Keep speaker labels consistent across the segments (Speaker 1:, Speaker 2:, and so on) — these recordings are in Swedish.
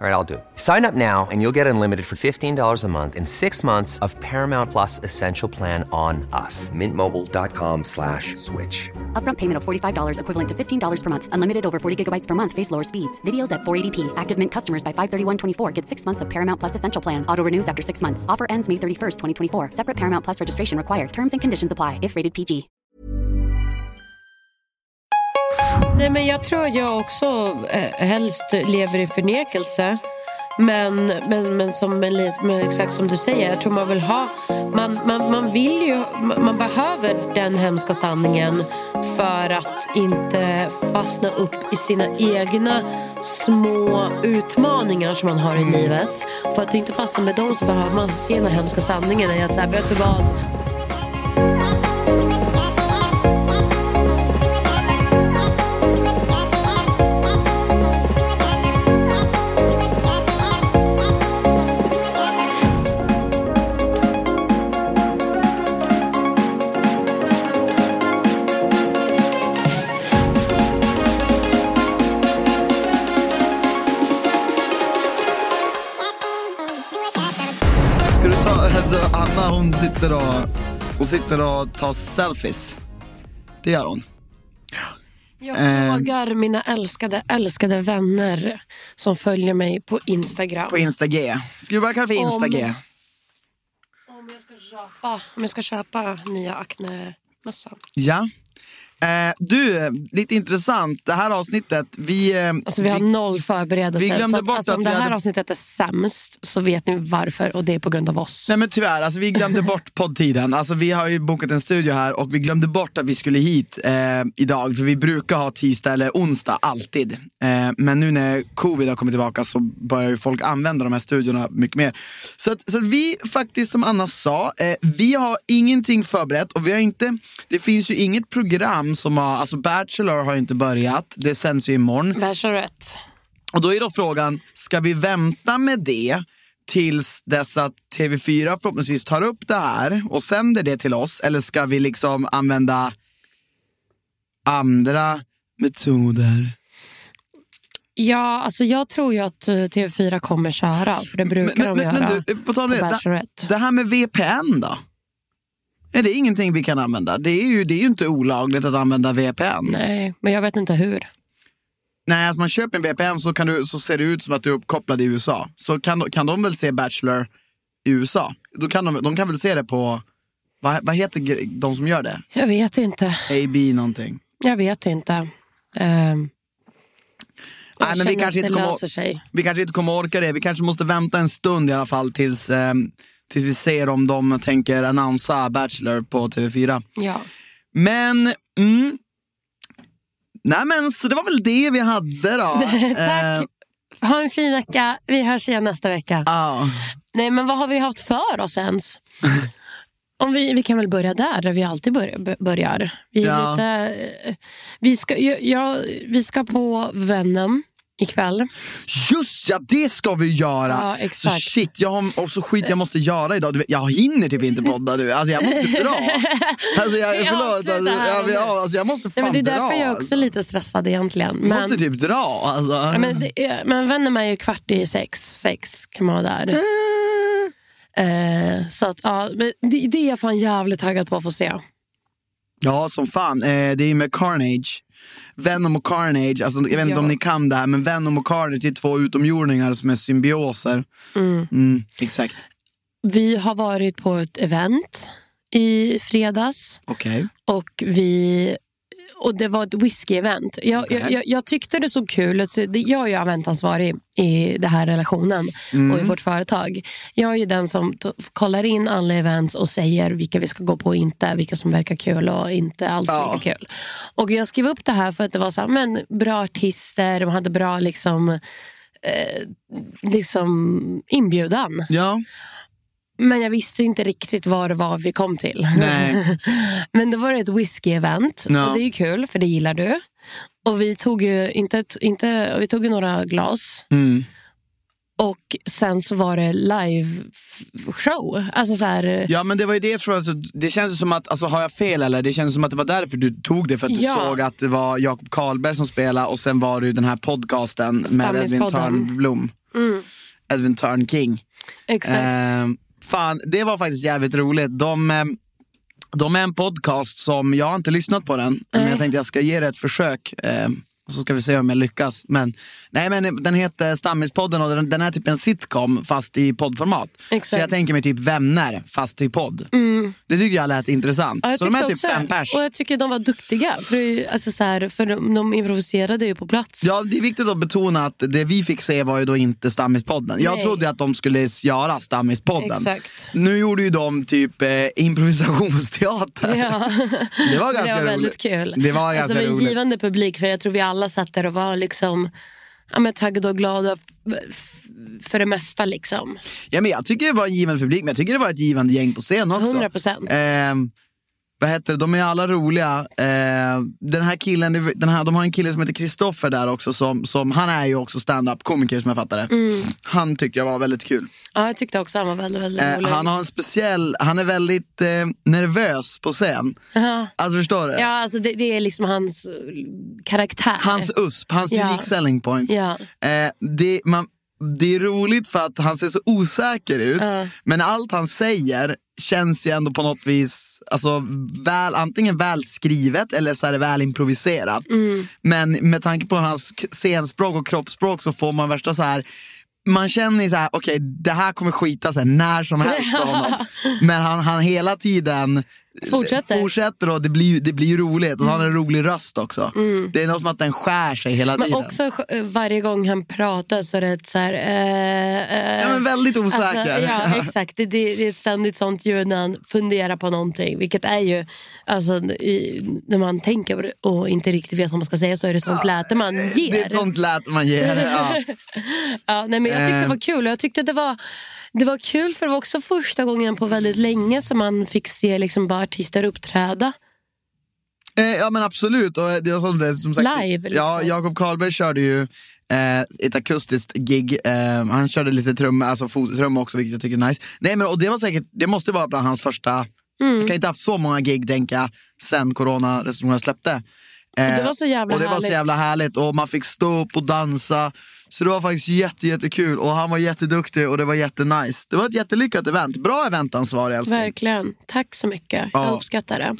Speaker 1: All right, I'll do it. Sign up now and you'll get unlimited for $15 a month in six months of Paramount Plus Essential Plan on us. Mintmobile.com slash switch.
Speaker 2: Upfront payment of $45 equivalent to $15 per month. Unlimited over 40 gigabytes per month. Face lower speeds. Videos at 480p. Active Mint customers by 531.24 get six months of Paramount Plus Essential Plan. Auto renews after six months. Offer ends May 31st, 2024. Separate Paramount Plus registration required. Terms and conditions apply if rated PG.
Speaker 3: Nej, men jag tror jag också eh, helst lever i förnekelse. Men, men, men, som en, lit- men exakt som du säger, jag tror man vill ha... Man, man, man vill ju... Man, man behöver den hemska sanningen för att inte fastna upp i sina egna små utmaningar som man har i livet. För att inte fastna med dem så behöver man se den här hemska sanningen i att så här, vet du vad?
Speaker 4: Ska du ta, alltså Anna hon sitter och, hon sitter och tar selfies. Det gör hon.
Speaker 3: Jag
Speaker 4: Eh.
Speaker 3: frågar mina älskade, älskade vänner som följer mig på Instagram
Speaker 4: På Insta-G. Ska vi bara kalla det för
Speaker 3: Om-
Speaker 4: Insta-G?
Speaker 3: om, jag ska köpa, om jag ska köpa nya Acne-mössan.
Speaker 4: Ja. Eh, du, eh, lite intressant. Det här avsnittet, vi... eh,
Speaker 3: Alltså, vi har noll förberedelse.
Speaker 4: vi glömde
Speaker 3: så att,
Speaker 4: bort
Speaker 3: alltså,
Speaker 4: att
Speaker 3: om det
Speaker 4: vi
Speaker 3: här
Speaker 4: hade-
Speaker 3: avsnittet är sämst så vet ni varför och det är på grund av oss.
Speaker 4: Nej men tyvärr, alltså, vi glömde bort poddtiden. Alltså, vi har ju bokat en studio här och vi glömde bort att vi skulle hit eh, idag. För vi brukar ha tisdag eller onsdag, alltid. Eh, men nu när covid har kommit tillbaka så börjar ju folk använda de här studiorna mycket mer. Så, att, så att vi faktiskt, som Anna sa, eh, vi har ingenting förberett. Och vi har inte, det finns ju inget program som har, alltså Bachelor har ju inte börjat. Det sänds ju imorgon.
Speaker 3: Bachelorette.
Speaker 4: Och då är då frågan, ska vi vänta med det tills dess att TV4 förhoppningsvis tar upp det här och sänder det till oss? Eller ska vi liksom använda andra metoder?
Speaker 3: Ja, alltså jag tror ju att eh, TV4 kommer köra, för det brukar de göra.
Speaker 4: du, eh, på tal om
Speaker 3: på
Speaker 4: det,
Speaker 3: Bachelorette.
Speaker 4: det, det här med VPN då? Är det ingenting vi kan använda? Det är ju, det är ju inte olagligt att använda VPN.
Speaker 3: Nej, men jag vet inte hur.
Speaker 4: Nej, alltså man köper en VPN så, kan du, så ser det ut som att du är uppkopplad i USA. Så kan, de- kan de väl se Bachelor i USA? Då kan de, de kan väl se det på, vad, vad heter gre- de som gör det?
Speaker 3: Jag vet inte.
Speaker 4: AB någonting.
Speaker 3: Jag vet inte. Ehm, jag
Speaker 4: Nej, men
Speaker 3: känner
Speaker 4: vi kanske
Speaker 3: att
Speaker 4: inte
Speaker 3: det
Speaker 4: kommer
Speaker 3: löser sig.
Speaker 4: Vi kanske inte kommer orka det. Vi kanske måste vänta en stund i alla fall tills, ehm, tills vi ser om de tänker annonsa Bachelor på TV4.
Speaker 3: Ja.
Speaker 4: Men, mm. Nej men så det var väl det vi hade då.
Speaker 3: Tack.
Speaker 4: Eh,
Speaker 3: Ha en fin vecka. Vi hörs igen nästa vecka.
Speaker 4: ja.
Speaker 3: Nej, men vad har vi haft för oss ens? Om vi, vi kan väl börja där, där vi alltid börja- b- börjar. Vi, är
Speaker 4: Ja.
Speaker 3: lite, eh, vi, ska, ja, ja, vi ska på Venom ikväll.
Speaker 4: Just ja, det ska vi göra!
Speaker 3: Ja, exakt.
Speaker 4: Så shit, jag har, och så skit jag måste göra idag. Du vet, jag hinner typ inte podda nu. Alltså jag måste dra. Alltså, jag,
Speaker 3: Vi
Speaker 4: förlåt,
Speaker 3: avslutar
Speaker 4: alltså,
Speaker 3: här
Speaker 4: jag,
Speaker 3: och nu.
Speaker 4: jag, alltså, jag måste fan
Speaker 3: Nej, men det är
Speaker 4: dra.
Speaker 3: därför jag är också lite stressad egentligen.
Speaker 4: Jag
Speaker 3: Men,
Speaker 4: måste typ dra. Alltså.
Speaker 3: ja, men, det, är- men Venom är ju kvart i sex, sex kan man vara där. Eh, så att, ja, men det, det är jag fan jävligt taggad på att få se.
Speaker 4: Ja, som fan. Eh, det är ju med Carnage. Venom och Carnage, alltså, jag vet inte om ni kan det här, men Venom och Carnage det är två utomjordingar som är symbioser. Mm, exakt.
Speaker 3: Vi har varit på ett event i fredags.
Speaker 4: Okej.
Speaker 3: Och vi och det var ett whisky-event. Jag, jag, jag, jag tyckte det såg kul ut. Så det- Jag är ju eventansvarig i den här relationen
Speaker 4: Mm.
Speaker 3: och i vårt företag. Jag är ju den som to- kollar in alla events och säger vilka vi ska gå på och inte, vilka som verkar kul och inte alls
Speaker 4: Ja.
Speaker 3: verkar kul. Och jag skrev upp det här för att det var så här, men bra artister, de hade bra liksom, eh, liksom inbjudan.
Speaker 4: Ja.
Speaker 3: Men jag visste ju inte riktigt vad det var vi kom till.
Speaker 4: Nej.
Speaker 3: Men då var det ett whisky-event
Speaker 4: Ja.
Speaker 3: och det är ju kul för det gillar du. Och vi tog ju, inte, ett- inte, vi tog ju några glas
Speaker 4: Mm.
Speaker 3: och sen så var det live-show. Alltså så här,
Speaker 4: ja, men det var ju det jag tror. Alltså, det känns som att, alltså, har jag fel eller? Det känns som att det var därför du tog det. För att du
Speaker 3: Ja.
Speaker 4: såg att det var Jakob Karlberg som spelade och sen var det ju den här podcasten med Edvin
Speaker 3: Stammispodden.
Speaker 4: Törnblom. Edvin Törnking.
Speaker 3: exakt.
Speaker 4: Eh, fan, det var faktiskt jävligt roligt. De, eh, de är en podcast som, jag har inte lyssnat på den, men jag tänkte jag ska ge det ett försök. Eh, och så ska vi se om jag lyckas. Men, nej, men den heter Stammispodden och den, den är typ en sitcom fast i poddformat.
Speaker 3: Exakt. Mm.
Speaker 4: Så jag tänker mig typ vänner fast i podd. Det tyckte jag lät intressant.
Speaker 3: Ja, jag
Speaker 4: så de är
Speaker 3: tyckte
Speaker 4: typ
Speaker 3: också
Speaker 4: fem
Speaker 3: det.
Speaker 4: pers.
Speaker 3: Och jag tycker de var duktiga. För, det är ju- alltså så här, för de, de improviserade ju på plats.
Speaker 4: Ja, det är viktigt att betona att det vi fick se var ju då inte Stammispodden. Jag
Speaker 3: Nej.
Speaker 4: trodde att de skulle göra Stammispodden.
Speaker 3: Exakt.
Speaker 4: Nu gjorde ju de typ eh, improvisationsteater.
Speaker 3: Ja.
Speaker 4: Det var
Speaker 3: det
Speaker 4: ganska
Speaker 3: var väldigt
Speaker 4: roligt.
Speaker 3: kul.
Speaker 4: Det var
Speaker 3: alltså,
Speaker 4: ganska
Speaker 3: det var en
Speaker 4: roligt.
Speaker 3: givande publik för jag tror vi alla satt där och var liksom ja, men taggade och glada f- f- för det mesta. Liksom.
Speaker 4: Ja, men jag tycker det var en givande publik, men jag tycker det var ett givande gäng på scen också.
Speaker 3: 100%.
Speaker 4: Ehm, vad heter det? De är alla roliga. Ehm, den här killen, den här, de har en kille som heter Kristoffer där också. Som, som, han är ju också stand-up komiker som jag fattar det.
Speaker 3: Mm.
Speaker 4: Han tyckte jag var väldigt kul.
Speaker 3: Ja, jag tyckte också han var väldigt, väldigt
Speaker 4: Eh,
Speaker 3: rolig.
Speaker 4: han har en speciell, han är väldigt eh, nervös på scen.
Speaker 3: Ja.
Speaker 4: Alltså förstår du?
Speaker 3: Ja, alltså det, det är liksom hans eh, karaktär.
Speaker 4: Hans USP, hans
Speaker 3: Ja.
Speaker 4: unique selling point.
Speaker 3: Ja.
Speaker 4: Eh, det, man, det är roligt för att han ser så osäker ut, men allt han säger känns ju ändå på något vis alltså, väl, antingen väl skrivet eller så är det väl improviserat.
Speaker 3: Mm.
Speaker 4: Men med tanke på hans k- scenspråk och kroppsspråk så får man värsta så här man känner ju så här, okej det här kommer skita sig när som helst för honom. Men han, han hela tiden
Speaker 3: Fortsätter.
Speaker 4: fortsätter och det blir, ju- det blir ju roligt. Och så har han en rolig röst också. Det är något som att den skär sig hela
Speaker 3: Mm. Men
Speaker 4: tiden.
Speaker 3: också eh, varje gång han pratar så är det ett så här... eh, eh,
Speaker 4: Ja, men väldigt osäker.
Speaker 3: ja, exakt. Det, det, det är ett ständigt sånt ljud när han funderar på någonting. Vilket är ju, alltså, i, när man tänker på det och inte riktigt vet vad man ska säga så är det sånt läte man ger.
Speaker 4: Det är ett sånt Eh. lät man ger. Ja.
Speaker 3: ja, nej, men jag tyckte det var kul. och Jag tyckte det var, det var kul för det var också första gången på väldigt länge som man fick se liksom bara artister uppträda.
Speaker 4: Eh, ja men absolut. Och eh, det var som, det, som sagt,
Speaker 3: Live,
Speaker 4: Ja,
Speaker 3: liksom.
Speaker 4: Jakob Karlberg körde ju eh, ett akustiskt gig. Eh, han körde lite trum, alltså fottrum också vilket jag tycker är nice. Nej men och det var säkert, det måste vara bland hans första,
Speaker 3: Mm.
Speaker 4: jag kan inte ha haft så många gig tänker jag, sen coronarestriktionerna släppte. Eh,
Speaker 3: det var så jävla
Speaker 4: och det var
Speaker 3: härligt.
Speaker 4: så jävla härligt och man fick stå upp och dansa. Så det var faktiskt jätte, jättekul och han var jätteduktig och det var jättenice. Det var ett jättelyckat event. Bra eventansvarig älskling.
Speaker 3: Verkligen. Tack så mycket.
Speaker 4: Ja.
Speaker 3: Jag uppskattar det.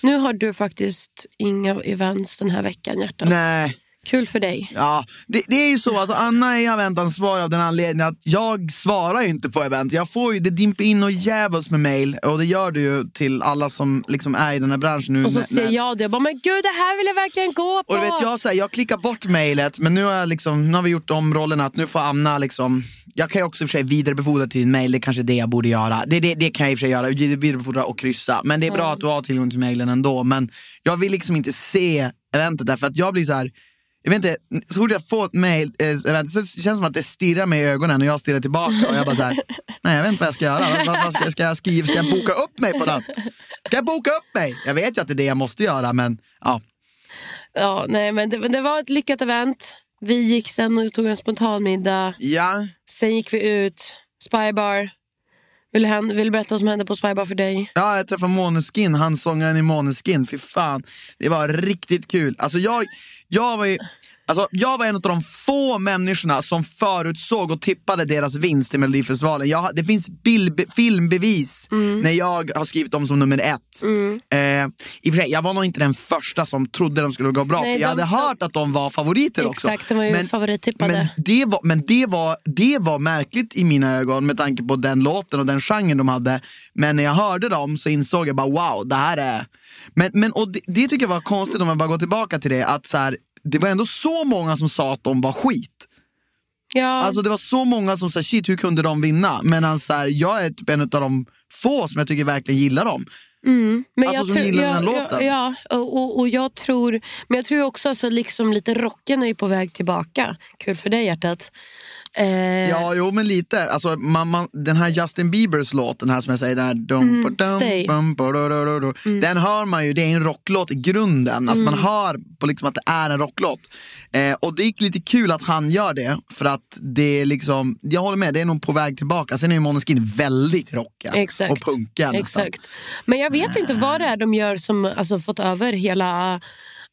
Speaker 3: Nu har du faktiskt inga events den här veckan, hjärtat.
Speaker 4: Nej.
Speaker 3: Kul för dig.
Speaker 4: Ja, det, det är ju så. Alltså, Anna är eventansvarig av den anledningen att jag svarar ju inte på event. Jag får ju, det dimper in och djävuls med mail och det gör det ju till alla som liksom är i den här branschen nu.
Speaker 3: Och så
Speaker 4: när-
Speaker 3: ser
Speaker 4: när-
Speaker 3: jag det och bara, men gud det här vill jag verkligen gå på.
Speaker 4: och du vet, jag, så här, jag klickar bort mejlet men nu har, jag liksom, nu har vi gjort om rollerna att nu får Anna liksom Jag kan ju också i och för sig vidarebefordra till din mejl, det är kanske är det jag borde göra Det, det, det kan jag i och för sig göra, vidarebefordra och kryssa Men det är bra att du har tillgång till mejlen ändå Men jag vill liksom inte se eventet därför att jag blir så här jag vet inte, så fort jag får ett mejl, eh, event, så känns det som att det stirrar mig i ögonen och jag stirrar tillbaka och jag bara så här, nej jag vet inte vad jag ska göra, vad, vad ska, ska jag skriva, ska jag boka upp mig på något? Ska jag boka upp mig? Jag vet ju att det är det jag måste göra men ja,
Speaker 3: Ja, nej, men det, men det var ett lyckat event. Vi gick sen och tog en spontanmiddag.
Speaker 4: ja.
Speaker 3: Sen gick vi ut, Spybar. Vill du, hän- vill du berätta vad som hände på Spybar för dig?
Speaker 4: Ja, jag träffade Måneskin, han sångaren i Måneskin. Fy fan, det var riktigt kul. Alltså jag, jag var ju, Alltså, jag var en av de få människorna som förutsåg och tippade deras vinst i Melodifestivalen. Jag, har- det finns bildbe- filmbevis
Speaker 3: Mm.
Speaker 4: när jag har skrivit dem som nummer ett. Eh, I och för sig, jag var nog inte den första som trodde de skulle gå bra,
Speaker 3: Nej,
Speaker 4: för jag
Speaker 3: de-
Speaker 4: hade hört att de var favoriter också.
Speaker 3: Exakt, de var ju favorittippade.
Speaker 4: Men, det var, men det, var, det var märkligt i mina ögon med tanke på den låten och den genren de hade. Men när jag hörde dem så insåg jag bara wow, det här är... Men, men och det, det tycker jag var konstigt om jag bara går tillbaka till det, att så här, det var ändå så många som sa att de var skit.
Speaker 3: Ja,
Speaker 4: Alltså det var så många som sa shit, hur kunde de vinna? Medan så här, jag är typ en av de få som jag tycker verkligen gillar dem.
Speaker 3: men
Speaker 4: alltså, som
Speaker 3: tror-
Speaker 4: gillar
Speaker 3: ja,
Speaker 4: den här
Speaker 3: ja,
Speaker 4: låten.
Speaker 3: Ja, och, och, och jag tror, men jag tror ju också alltså, liksom lite rocken är ju på väg tillbaka. Kul för dig hjärtat. Eh,
Speaker 4: Ja, jo men lite. Alltså, man, man, den här Justin Biebers låt, den här som jag säger, den här dum, pa, dum,
Speaker 3: Mm, Stay. Mm.
Speaker 4: bum, pa, do, do, do, do. Den hör man ju, det är en rocklåt i grunden. Alltså, Man hör på liksom att det är en rocklåt. Eh, och det är lite kul att han gör det, för att det är liksom, jag håller med, det är nog på väg tillbaka. Sen är ju Måneskin väldigt rockiga
Speaker 3: Exakt.
Speaker 4: och punkiga nästan.
Speaker 3: Exakt. Men jag vet inte vad det är de gör som alltså, fått över hela...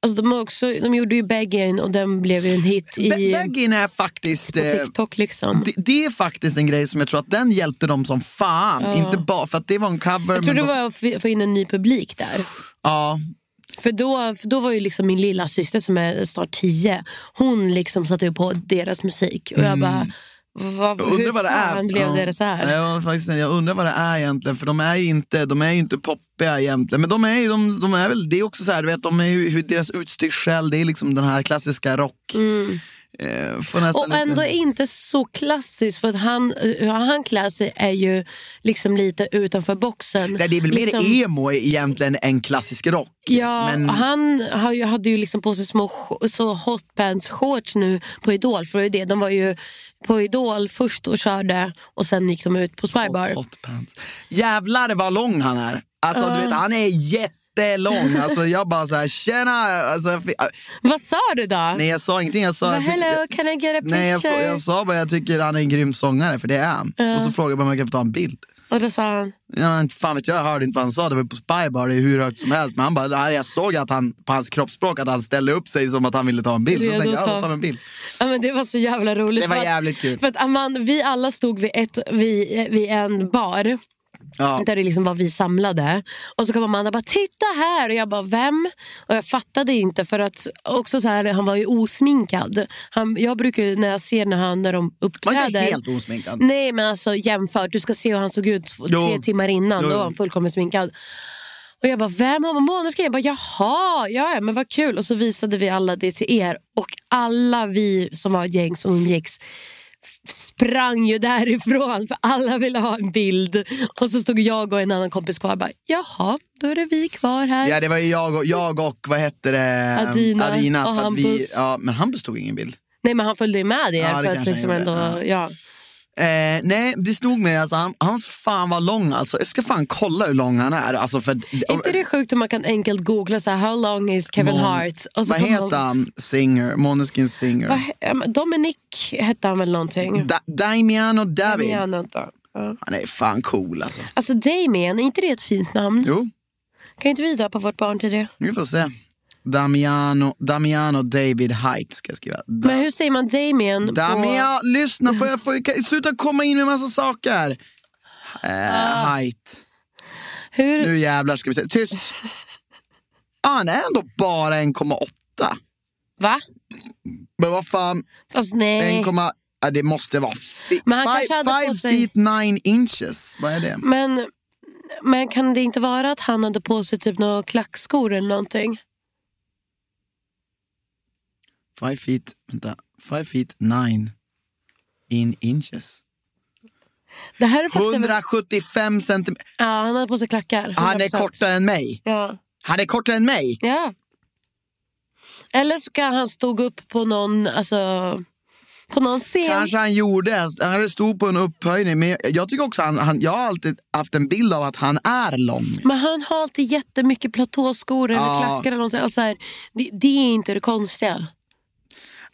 Speaker 3: Alltså, de, har också, de gjorde ju Baggin och den blev ju en hit i,
Speaker 4: Ba- Baggin är faktiskt...
Speaker 3: på
Speaker 4: eh,
Speaker 3: TikTok. liksom.
Speaker 4: det, det är faktiskt en grej som jag tror att den hjälpte dem som fan. Inte bara för att det var en cover.
Speaker 3: jag tror det
Speaker 4: de-
Speaker 3: var att f- få in en ny publik där.
Speaker 4: ja,
Speaker 3: För då, för då var ju liksom min lilla syster som är snart tio, hon liksom satte ju på deras musik. Och jag bara, vad,
Speaker 4: Mm. Jag undrar
Speaker 3: hur
Speaker 4: vad det är.
Speaker 3: fan blev
Speaker 4: Ja.
Speaker 3: det så här?
Speaker 4: Ja, faktiskt, jag undrar vad det är egentligen, för de är ju inte, de är ju inte poppiga egentligen. Men de är ju, de, de är väl, det är också så här, du vet, de är ju, hur deras utstyrsel, det är liksom den här klassiska rock. Eh, får nästan
Speaker 3: Mm. Och ändå
Speaker 4: lite,
Speaker 3: inte så klassiskt för att han, hur han klär sig är ju liksom lite utanför boxen.
Speaker 4: nej, det är väl
Speaker 3: Liksom-
Speaker 4: mer emo egentligen än klassisk rock.
Speaker 3: Ja,
Speaker 4: men,
Speaker 3: han har ju, hade ju liksom på sig små sh- så hotpants shorts nu på Idol. För det är det. De var ju på Idol först och körde och sen gick de ut på Spybar.
Speaker 4: Hot pants. Jävlar vad lång han är. Alltså du vet, han är jättelång. Alltså jag bara så här, tjena. Alltså, fi-
Speaker 3: Vad sa du då?
Speaker 4: nej jag sa ingenting, jag sa...
Speaker 3: Bara,
Speaker 4: jag tyckte-
Speaker 3: Hello, can I get a picture?
Speaker 4: Nej, jag, jag sa bara jag tycker han är en grym sångare, för det är han. Och så frågade jag bara om jag kan få ta en bild.
Speaker 3: Och då sa han,
Speaker 4: Ja, inte fan vet jag, jag hörde inte vad han sa, det var på Spy Bar, det är hur högt som helst. Men han bara, nej, jag såg att han, på hans kroppsspråk att han ställde upp sig som att han ville ta en bild. Så
Speaker 3: Redo
Speaker 4: jag tänkte jag,
Speaker 3: att
Speaker 4: ja,
Speaker 3: ta.
Speaker 4: då tar vi en bild.
Speaker 3: ja, men det var så jävla roligt.
Speaker 4: Det var
Speaker 3: För att-
Speaker 4: jävligt kul.
Speaker 3: För att Amanda, vi alla stod vid, ett, vid, vid en bar.
Speaker 4: Ja.
Speaker 3: Där det liksom var vi samlade. Och så kom Amanda och bara “titta här” och jag bara “vem?” Och jag fattade inte för att också så här, han var ju osminkad. Han, jag brukar ju när jag ser när han när de
Speaker 4: Var
Speaker 3: uppträder.
Speaker 4: inte helt osminkad.
Speaker 3: Nej men alltså jämfört, du ska se hur han såg ut två-
Speaker 4: Jo.
Speaker 3: tre timmar innan.
Speaker 4: Jo,
Speaker 3: Då
Speaker 4: jo.
Speaker 3: var han fullkomligt sminkad. Och jag bara, vem har månadsgrejen? Jag bara, jaha, ja, ja, men vad kul. Och så visade vi alla det till er. Och alla vi som var ett gäng som umgicks f- sprang ju därifrån för alla ville ha en bild. Och så stod jag och en annan kompis kvar och bara, jaha, då är det vi kvar här.
Speaker 4: Ja, det var ju jag och, jag och vad hette det?
Speaker 3: Adina
Speaker 4: Adina
Speaker 3: och
Speaker 4: för att vi,
Speaker 3: Hampus.
Speaker 4: ja, men Hampus tog ingen bild.
Speaker 3: Nej men han följde ju med er.
Speaker 4: Ja, det
Speaker 3: för att
Speaker 4: kanske
Speaker 3: liksom
Speaker 4: han
Speaker 3: ändå,
Speaker 4: gjorde,
Speaker 3: ja.
Speaker 4: Eh, nej, det slog mig, alltså, han, han fan var lång alltså. Jag ska fan kolla hur lång han är. Alltså, för,
Speaker 3: Är inte det sjukt om man kan enkelt googla så här, how long is Kevin
Speaker 4: Mon-
Speaker 3: Hart? Och så
Speaker 4: Vad
Speaker 3: kommer man-
Speaker 4: heter han? Singer, Måneskin Singer.
Speaker 3: Vad he- eh, Dominic hette han väl någonting?
Speaker 4: Da- Damiano David.
Speaker 3: Damien inte. Ja.
Speaker 4: Han är fan cool alltså.
Speaker 3: Alltså Damien, är inte det ett fint namn?
Speaker 4: Jo,
Speaker 3: Kan inte vi döpa vårt barn till det?
Speaker 4: vi får se. Damiano, Damiano David Height ska jag skriva. Da-
Speaker 3: Men hur säger man Damien?
Speaker 4: Damiano, lyssna, får jag, får jag, kan- sluta komma in med massa saker. Eh,
Speaker 3: Ah.
Speaker 4: height.
Speaker 3: På, hur,
Speaker 4: Nu jävlar ska vi se. Tyst. Ah, han är ändå bara 1,8.
Speaker 3: va?
Speaker 4: Men vad fan,
Speaker 3: Fast nej.
Speaker 4: 1, ah, det måste vara fi-
Speaker 3: Men han
Speaker 4: five,
Speaker 3: kanske hade på
Speaker 4: five
Speaker 3: sig-
Speaker 4: feet nine inches. Vad är det?
Speaker 3: Men, men kan det inte vara att han hade på sig typ några klackskor eller någonting?
Speaker 4: Five feet, vänta. Five feet nine in inches.
Speaker 3: Det här är faktiskt...
Speaker 4: 175 centimeter.
Speaker 3: Ja, han hade på sig klackar.
Speaker 4: Han är
Speaker 3: 100%.
Speaker 4: kortare än mig.
Speaker 3: Ja.
Speaker 4: Han är kortare än mig.
Speaker 3: ja. Eller ska han stod upp på någon, alltså, på någon scen?
Speaker 4: Kanske han gjorde. Han stod på en upphöjning. Men jag tycker också han, han, jag har alltid haft en bild av att han är lång.
Speaker 3: Men han har alltid jättemycket platåskor eller
Speaker 4: Ja.
Speaker 3: klackar eller någonting. Alltså här, det, det är inte det konstiga.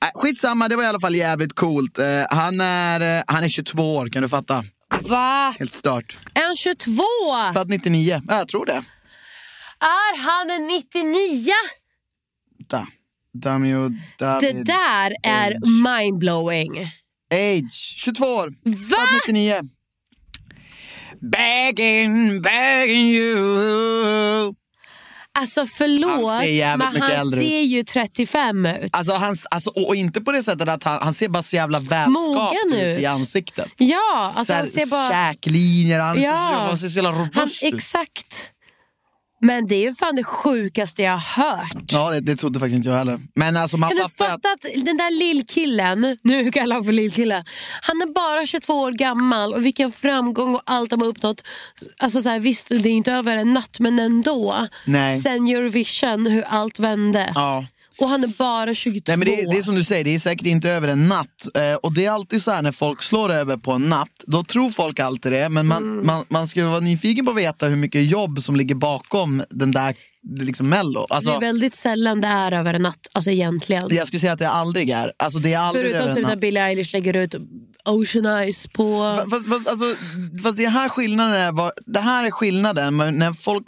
Speaker 4: Äh, skitsamma, det var i alla fall jävligt coolt. Eh, han, är, eh, han är 22 år, kan du fatta?
Speaker 3: Va?
Speaker 4: Helt stört.
Speaker 3: Är han 22?
Speaker 4: Född 99. Ja, jag tror det.
Speaker 3: Är han en 99?
Speaker 4: Vänta. Damio
Speaker 3: Det
Speaker 4: David
Speaker 3: där är mindblowing.
Speaker 4: Age, 22 år,
Speaker 3: Va?
Speaker 4: född 99. Begging, begging you.
Speaker 3: Alltså förlåt,
Speaker 4: Han ser jävligt
Speaker 3: men
Speaker 4: mycket
Speaker 3: han
Speaker 4: äldre
Speaker 3: ser
Speaker 4: ut.
Speaker 3: ju 35 ut.
Speaker 4: Alltså, han, alltså, och och inte på det sättet att han, han ser bara så jävla välskapt
Speaker 3: Mogen
Speaker 4: ut i
Speaker 3: ut.
Speaker 4: ansiktet.
Speaker 3: Ja, alltså
Speaker 4: så här,
Speaker 3: han ser bara...
Speaker 4: Käklinjer, han
Speaker 3: Ja.
Speaker 4: ser, han ser så jävla
Speaker 3: Han,
Speaker 4: robust ut.
Speaker 3: exakt. Men det är ju fan det sjukaste jag har hört.
Speaker 4: Ja, det, det trodde faktiskt inte jag heller. Men alltså, man
Speaker 3: Kan du
Speaker 4: fattar att
Speaker 3: fatta att den där lillkillen, nu kallar jag honom för lillkille, han är bara 22 år gammal och vilken framgång och allt de har uppnått. Alltså så här, visst, det är inte över en natt men ändå.
Speaker 4: Nej.
Speaker 3: Sen Eurovision, hur allt vände.
Speaker 4: Ja.
Speaker 3: Och han är bara 22.
Speaker 4: Nej, men det, det är som du säger, det är säkert inte över en natt. Eh, och det är alltid så här när folk slår över på en natt, då tror folk alltid det. Men man,
Speaker 3: Mm.
Speaker 4: man, man ska ju vara nyfiken på att veta hur mycket jobb som ligger bakom den där liksom, mello.
Speaker 3: Det är
Speaker 4: Alltså,
Speaker 3: väldigt sällan det är över en natt, alltså egentligen.
Speaker 4: jag skulle säga att det aldrig är. Alltså, det är aldrig
Speaker 3: Förutom
Speaker 4: över en
Speaker 3: typ när
Speaker 4: natt.
Speaker 3: Billie Eilish lägger ut Ocean Eyes på...
Speaker 4: Fa- Fast, fast, alltså, fast det här skillnaden är, vad, det här är skillnaden men när folk,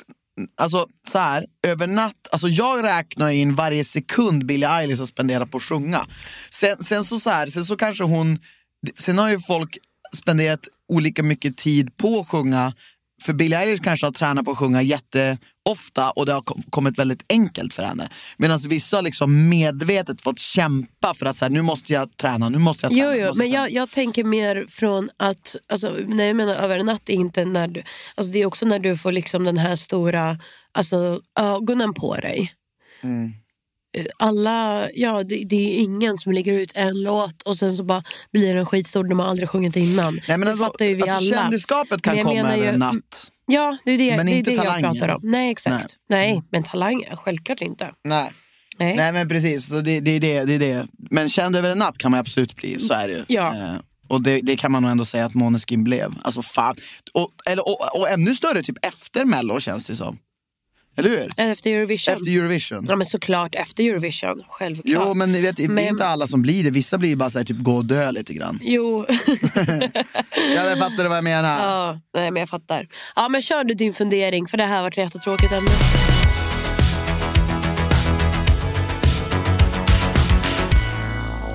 Speaker 4: alltså så här, över natt, alltså jag räknar in varje sekund Billie Eilish har spenderat på att sjunga. Sen, sen så så här, sen så kanske hon, sen har ju folk spenderat olika mycket tid på att sjunga, för Billie Eilish kanske har tränat på att sjunga jätteofta och det har kom- kommit väldigt enkelt för henne. Medan vissa har liksom medvetet fått kämpa för att så här, nu måste jag träna, nu måste jag träna.
Speaker 3: Jo,
Speaker 4: nu
Speaker 3: jo,
Speaker 4: måste
Speaker 3: men
Speaker 4: träna.
Speaker 3: jag, jag tänker mer från att, alltså, när jag menar över en natt, är inte när du, alltså, det är också när du får liksom den här stora alltså, ögonen på dig.
Speaker 4: Mm.
Speaker 3: Eh, Alla, ja, det, det är ingen som lägger ut en låt och sen så bara blir den skitstor när man aldrig sjungit innan.
Speaker 4: Nej, men
Speaker 3: det
Speaker 4: alltså,
Speaker 3: fattar ju vi
Speaker 4: alltså,
Speaker 3: alla.
Speaker 4: Kändisskapet
Speaker 3: Men
Speaker 4: kan
Speaker 3: jag
Speaker 4: komma
Speaker 3: menar
Speaker 4: över
Speaker 3: ju-
Speaker 4: en natt.
Speaker 3: Ja, det är det,
Speaker 4: Men
Speaker 3: det, är
Speaker 4: inte
Speaker 3: det jag
Speaker 4: talangen.
Speaker 3: pratar om. Nej, exakt. Nej, men talang, självklart inte.
Speaker 4: Nej.
Speaker 3: Nej.
Speaker 4: Nej men precis, så det, det, det, det, det. Men känd över en natt kan man absolut bli, så är det ju.
Speaker 3: Ja.
Speaker 4: Eh, och det, det kan man nog ändå säga att Måneskin blev. Alltså fan. Och, eller, och, och ännu större typ efter Mello känns det som. Eller hur?
Speaker 3: Efter Eurovision.
Speaker 4: Efter Eurovision.
Speaker 3: Ja, men såklart efter Eurovision. Självklart.
Speaker 4: Jo men ni vet, det
Speaker 3: Men-
Speaker 4: är inte alla som blir det, vissa blir ju bara så här, typ gå och dö lite grann.
Speaker 3: Jo.
Speaker 4: Ja, men fattar du vad jag menar?
Speaker 3: ja, nej, men jag fattar. Ja, men kör du din fundering, för det här var ett jättetråkigt ämne.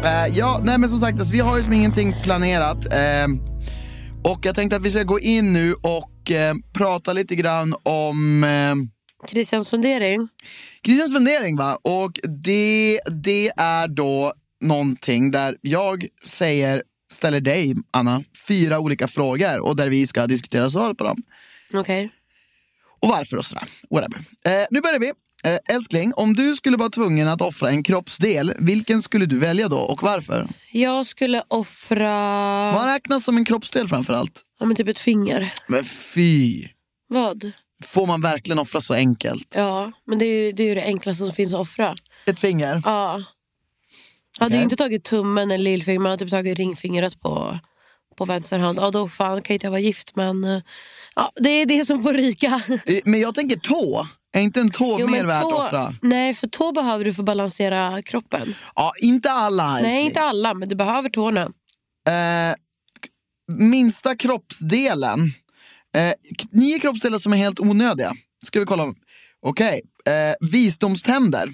Speaker 4: Eh, ja, nej men som sagt, alltså, vi har ju som ingenting planerat. Eh, och jag tänkte att vi ska gå in nu och eh, prata lite grann om eh,
Speaker 3: Christians fundering.
Speaker 4: Christians fundering. Va? Och det, det är då någonting där jag säger, ställer dig, Anna, fyra olika frågor och där vi ska diskutera svaret på dem.
Speaker 3: Okej.
Speaker 4: Och varför och sådär. Whatever. Eh, nu börjar vi. Eh, älskling, om du skulle vara tvungen att offra en kroppsdel, vilken skulle du välja då och varför?
Speaker 3: Jag skulle offra
Speaker 4: Vad räknas som en kroppsdel framför allt?
Speaker 3: ja, men typ ett finger.
Speaker 4: Men fy!
Speaker 3: Vad?
Speaker 4: Får man verkligen offra så enkelt?
Speaker 3: Ja, men det är ju det, är ju det enklaste som finns att offra.
Speaker 4: Ett finger?
Speaker 3: Ja. Jag hade ju
Speaker 4: Okej.
Speaker 3: inte tagit tummen eller lillfingret, man hade typ tagit ringfingret på, på vänster hand. Ja, då fan kan ju inte jag vara gift, men eh, ja, det är det som på rika.
Speaker 4: Eh, Men jag tänker tå. Är inte en tå mer värt att offra?
Speaker 3: Nej, för tå behöver du för att balansera kroppen.
Speaker 4: Ja, inte alla älskling.
Speaker 3: Nej, inte alla, men du behöver tårna.
Speaker 4: Eh, k- minsta kroppsdelen. Eh, k- nio kroppsdelar som är helt onödiga. Ska vi kolla. om- Okej. Eh, visdomständer.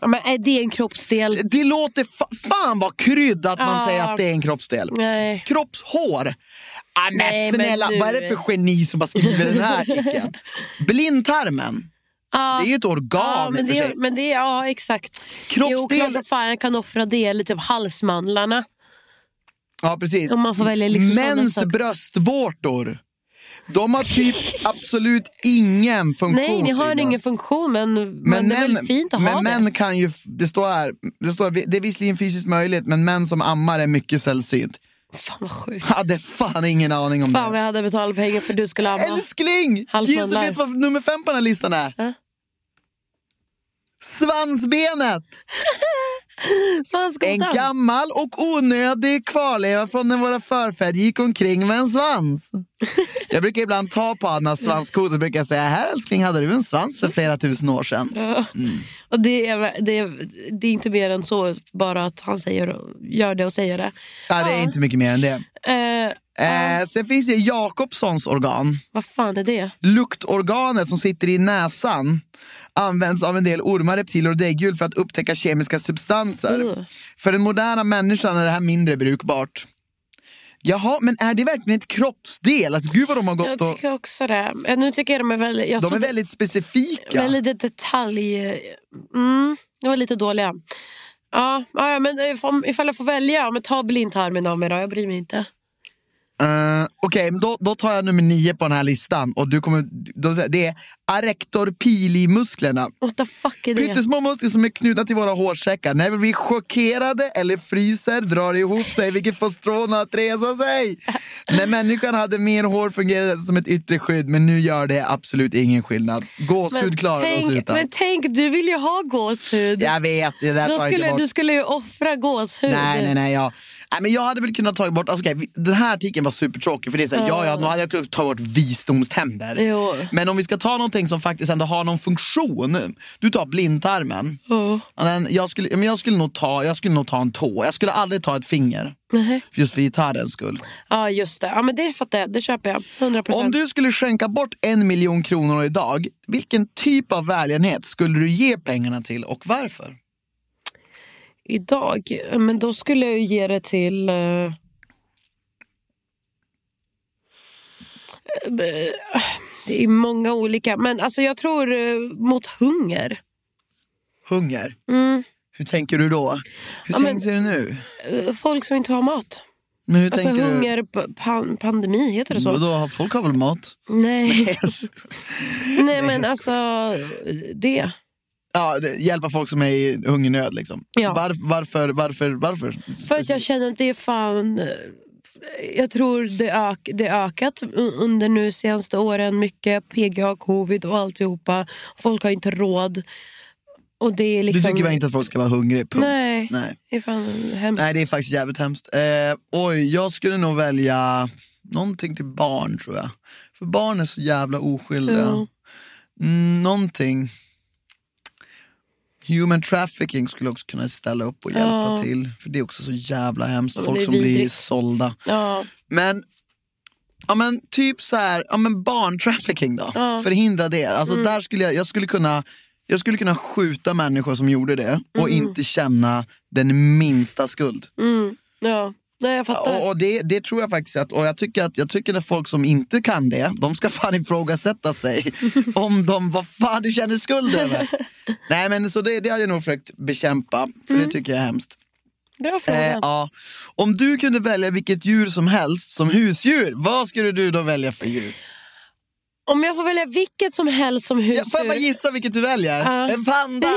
Speaker 3: Ja, Men är det en kroppsdel?
Speaker 4: Det låter fa- fan vad krydd att man
Speaker 3: Ja.
Speaker 4: säger att det är en kroppsdel.
Speaker 3: Ah. Nej.
Speaker 4: Kroppshår? Ah, men
Speaker 3: Nej, men
Speaker 4: snälla,
Speaker 3: du-
Speaker 4: vad är det för geni som har skrivit den här artikeln? Blindtarmen? Det är ju ett
Speaker 3: Ja,
Speaker 4: organ i
Speaker 3: Ah, men
Speaker 4: och för
Speaker 3: det,
Speaker 4: sig.
Speaker 3: men det, ja, exakt. Jo,
Speaker 4: Kroppsdel-
Speaker 3: klart som fan jag kan offra det, eller typ halsmandlarna.
Speaker 4: Ja, precis.
Speaker 3: Om man får välja liksom sådana
Speaker 4: Mäns
Speaker 3: saker.
Speaker 4: bröstvårtor. De har typ absolut ingen funktion.
Speaker 3: Nej, ni har
Speaker 4: tydligen.
Speaker 3: ingen funktion, men, men, det är väl fint att
Speaker 4: men
Speaker 3: ha
Speaker 4: män
Speaker 3: det.
Speaker 4: kan ju, det står här, det, står, det är visserligen fysiskt möjligt, men män som ammar är mycket sällsynt.
Speaker 3: Fan vad sjukt.
Speaker 4: Jag hade fan ingen aning om
Speaker 3: Fan vad
Speaker 4: det.
Speaker 3: jag hade betalat pengar för du skulle amma.
Speaker 4: Älskling!
Speaker 3: Halsmandlar.
Speaker 4: Gissa vet vad nummer fem på den här listan är?
Speaker 3: Ja.
Speaker 4: Svansbenet! En
Speaker 3: Svanskotan.
Speaker 4: gammal och onödig kvarleva från när våra förfäder gick omkring med en svans. Jag brukar ibland ta på Annas svanskoter och brukar säga, här älskling hade du en svans för flera tusen år sedan.
Speaker 3: Och det, är, det, är, det är inte mer än så, bara att han säger, gör det och säger det.
Speaker 4: Ja, det är inte mycket mer än det.
Speaker 3: Eh,
Speaker 4: Eh, sen finns det Jakobssons organ.
Speaker 3: Vad fan är det?
Speaker 4: Luktorganet som sitter i näsan används av en del ormar, reptiler och däggdjur för att upptäcka kemiska substanser.
Speaker 3: Ugh.
Speaker 4: För den moderna människan är det här mindre brukbart. Jaha, men är det verkligen ett kroppsdel? Alltså, gud vad de har
Speaker 3: Jag
Speaker 4: gått och...
Speaker 3: tycker också det. Eh, Nu tycker jag de är väldigt... Jag
Speaker 4: De är
Speaker 3: trodde-
Speaker 4: väldigt specifika.
Speaker 3: Med lite detalj... Mm, de var lite dåliga. Ja, ja ja, men ifall, ifall jag får välja, men ta blindtarmen av mig då. Jag bryr mig inte.
Speaker 4: Eh, Okej, men då, då tar jag nummer nio på den här listan. Och du kommer, då, det är arrector pili-musklerna.
Speaker 3: What the fuck är det?
Speaker 4: Pyttesmå muskler som är knutna till våra hårsäckar. När vi blir chockerade eller fryser drar det ihop sig vilket får stråna att resa sig. När människan hade mer hår fungerade det som ett yttre skydd men nu gör det absolut ingen skillnad. Gåshud klarar oss
Speaker 3: tänk,
Speaker 4: utan.
Speaker 3: men tänk, du vill ju ha gåshud.
Speaker 4: Jag vet, det där
Speaker 3: Då
Speaker 4: tar jag inte
Speaker 3: skulle,
Speaker 4: bort.
Speaker 3: du skulle ju offra gåshud.
Speaker 4: Nej, nej, nej. Ja. nej men jag hade väl kunnat ta bort, alltså, okej, vi- den här artikeln var supertråkig för det är så här, ja, ja, nu hade jag kunnat ta bort visdomständer.
Speaker 3: Jo.
Speaker 4: Men om vi ska ta någonting som faktiskt ändå har någon funktion. Du tar blindtarmen.
Speaker 3: Ja.
Speaker 4: Ja, Den, jag, skulle, men jag, skulle nog ta, jag skulle nog ta en tå, jag skulle aldrig ta ett finger. Just för gitarrens skull.
Speaker 3: Ja, just det. Ja, men det fattar jag. Det köper jag. 100
Speaker 4: Om
Speaker 3: procent.
Speaker 4: du skulle skänka bort en miljon kronor idag, vilken typ av välgörenhet skulle du ge pengarna till och varför?
Speaker 3: Idag? Ja, Men då skulle jag ju ge det till... eh, eh, eh, Det är många olika. Men alltså jag tror eh, mot hunger.
Speaker 4: Hunger. Hur tänker du då? Hur
Speaker 3: Mm. Ja, men-
Speaker 4: tänker du nu?
Speaker 3: Eh, Folk som inte har mat.
Speaker 4: Men hur
Speaker 3: Alltså
Speaker 4: tänker du?
Speaker 3: hunger, pa- pan, pandemi, heter det så?
Speaker 4: Vadå, har- folk har väl mat?
Speaker 3: Nej. Nej men alltså det.
Speaker 4: ja, det- hjälpa folk som är i hungernöd liksom.
Speaker 3: Ja.
Speaker 4: Varf- varför, varför, varför?
Speaker 3: För att jag känner att det är fan... eh, Jag tror det har ök, det har ökat u- under nu senaste åren. Mycket PGA, covid och alltihopa. Folk har inte råd. Och det är
Speaker 4: Du
Speaker 3: liksom...
Speaker 4: tycker väl inte att folk ska vara hungriga? Punkt.
Speaker 3: Nej.
Speaker 4: Nej.
Speaker 3: Det är fan hemskt.
Speaker 4: Nej, det är faktiskt jävligt hemskt. Eh, oj, jag skulle nog välja någonting till barn tror jag. För barn är så jävla oskyldiga.
Speaker 3: Ja.
Speaker 4: Mm, någonting. Human trafficking skulle också kunna ställa upp och hjälpa till. För det är också så jävla hemskt.
Speaker 3: men det
Speaker 4: Folk
Speaker 3: är
Speaker 4: som blir
Speaker 3: vidrigt.
Speaker 4: sålda.
Speaker 3: Ja,
Speaker 4: Men, ja, men typ så här, ja, men barntrafficking då. Förhindra det. Alltså, där skulle jag, jag, skulle kunna, jag skulle kunna skjuta människor som gjorde det och inte känna den minsta skuld.
Speaker 3: ja. Nej, jag fattar.
Speaker 4: Och, och det, det tror jag faktiskt att, och jag tycker att jag tycker att folk som inte kan det, de ska fan ifrågasätta sig om de, vad fan du känner skuld över. Nej men så det, det hade jag nog försökt bekämpa, för det tycker jag är hemskt.
Speaker 3: Bra fråga.
Speaker 4: Eh, ja. Om du kunde välja vilket djur som helst som husdjur, vad skulle du då välja för djur?
Speaker 3: Om jag får välja vilket som helst som husdjur.
Speaker 4: Jag får jag bara gissa vilket du väljer? En panda!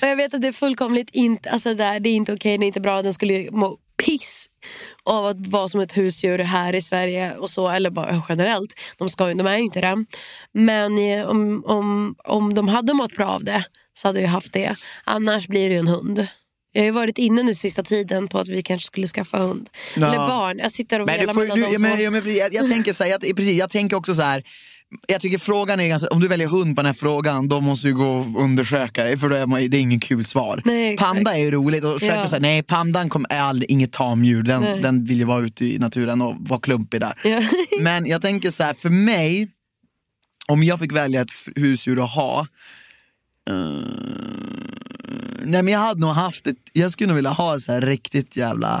Speaker 3: Och jag vet att det är fullkomligt inte, alltså det, är, det är inte okej, det är inte bra. Den skulle ju må piss av att vara som ett husdjur här i Sverige och så, eller bara generellt. De, ska, ju- de är ju inte det. Men eh, om, om, om de hade mått bra av det så hade vi haft det. Annars blir det ju en hund. Jag har ju varit inne nu sista tiden på att vi kanske skulle skaffa hund.
Speaker 4: Ja.
Speaker 3: Eller barn. Jag sitter och
Speaker 4: Men du
Speaker 3: velar
Speaker 4: får, ju-
Speaker 3: mellan de
Speaker 4: du, ja, men,
Speaker 3: två.
Speaker 4: ja, men, precis. jag, jag tänker så här, jag, precis, jag tänker också så här. Jag tycker frågan är ganska, om du väljer hund på den här frågan, då måste du gå och undersöka det, för då är man, det är ingen kul svar.
Speaker 3: Nej, exakt.
Speaker 4: Panda är ju roligt och försöker
Speaker 3: Ja.
Speaker 4: säga nej pandan kom, är aldrig, inget tamdjur, den,
Speaker 3: Nej.
Speaker 4: den vill ju vara ute i naturen och vara klumpig där.
Speaker 3: Ja.
Speaker 4: Men jag tänker så här, för mig, om jag fick välja ett f- husdjur att ha, eh, nej men jag hade nog haft ett, jag skulle nog vilja ha ett så här riktigt jävla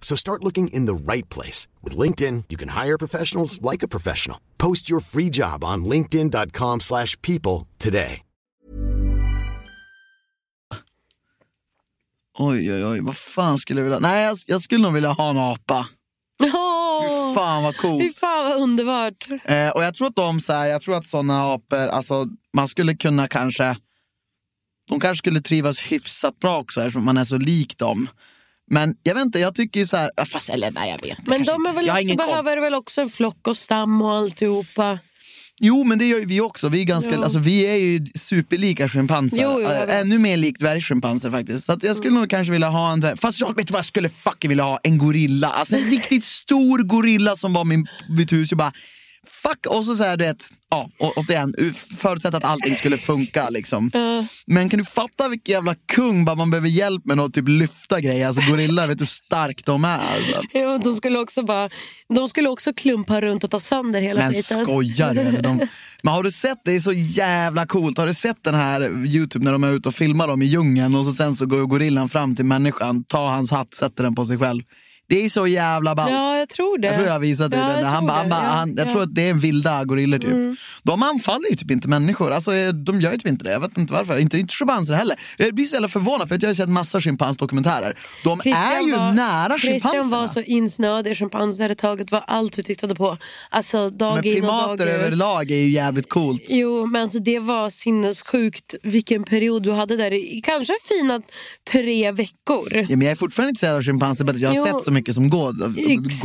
Speaker 5: So start looking in the right place. With LinkedIn, you can hire professionals like a professional. Post your free job on linkedin.com/people slash people today.
Speaker 4: Oj, oj, oj. Vad fan skulle jag vilja... Nej, jag, jag skulle nog vilja ha en apa. Fy
Speaker 3: Åh,
Speaker 4: fan vad
Speaker 3: Fy
Speaker 4: coolt.
Speaker 3: fan vad underbart.
Speaker 4: Eh, och jag tror att de så här, jag tror att sådana apor, alltså man skulle kunna kanske, de kanske skulle trivas hyfsat bra också eftersom man är så lik dem. Men jag vet inte, jag tycker ju så här, ja, fast eller nej jag vet inte,
Speaker 3: Men
Speaker 4: kanske
Speaker 3: de är
Speaker 4: inte.
Speaker 3: väl
Speaker 4: jag har
Speaker 3: också,
Speaker 4: ingen koll.
Speaker 3: behöver väl också en flock och stam och alltihopa.
Speaker 4: Jo men det gör ju vi också, vi är, ganska,
Speaker 3: Jo.
Speaker 4: alltså, vi är ju superlika schimpanser.
Speaker 3: Jo, jo, jag
Speaker 4: Eh,
Speaker 3: vet.
Speaker 4: Ännu mer likt dvärgschimpanser faktiskt. Så att jag
Speaker 3: Mm.
Speaker 4: skulle nog kanske vilja ha en dvärg, fast jag vet du vad jag skulle fucking vilja ha? En gorilla. Alltså en riktigt stor gorilla som var min, mitt hus. Jag bara, fuck, och så såhär du vet, ja, å- återigen, u- förutsatt att allting skulle funka liksom. Men kan du fatta vilken jävla kung, bara man behöver hjälp med något, typ lyfta grejer. Alltså gorilla, vet du hur stark de är alltså.
Speaker 3: Ja, De skulle också bara, de skulle också klumpa runt och ta sönder hela
Speaker 4: Men
Speaker 3: skiten.
Speaker 4: skojar du? eller? De, men har du sett, det är så jävla coolt. Har du sett den här Youtube när de är ute och filmar dem i djungeln och så sen så går gorillan fram till människan, tar hans hatt, sätter den på sig själv. Det är så jävla ballt.
Speaker 3: Ja, jag tror det.
Speaker 4: Jag tror jag har visat dig
Speaker 3: Ja,
Speaker 4: den.
Speaker 3: jag
Speaker 4: Han,
Speaker 3: tror
Speaker 4: bara- han,
Speaker 3: det.
Speaker 4: bara-
Speaker 3: Ja,
Speaker 4: han, jag
Speaker 3: ja. Mm.
Speaker 4: tror att det är vilda gorillor typ. De anfaller ju typ inte människor. Alltså, eh, de gör ju typ inte det. Jag vet inte varför. Inte, inte schimpanser heller. Jag blir så jävla förvånad för att jag har sett massa schimpansdokumentärer. De är ju
Speaker 3: var-
Speaker 4: nära
Speaker 3: Christian
Speaker 4: schimpanserna.
Speaker 3: var så insnöad i schimpanser ett tag. Det var allt du tittade på. Alltså dag
Speaker 4: Men
Speaker 3: in och dag
Speaker 4: primater
Speaker 3: ut.
Speaker 4: överlag är ju jävligt coolt.
Speaker 3: Jo, men alltså det var sinnessjukt vilken period du hade där. i Kanske fina tre veckor.
Speaker 4: Ja, men jag är fortfarande intresserad av schimpanser, men jag har
Speaker 3: Jo.
Speaker 4: sett så mycket som går,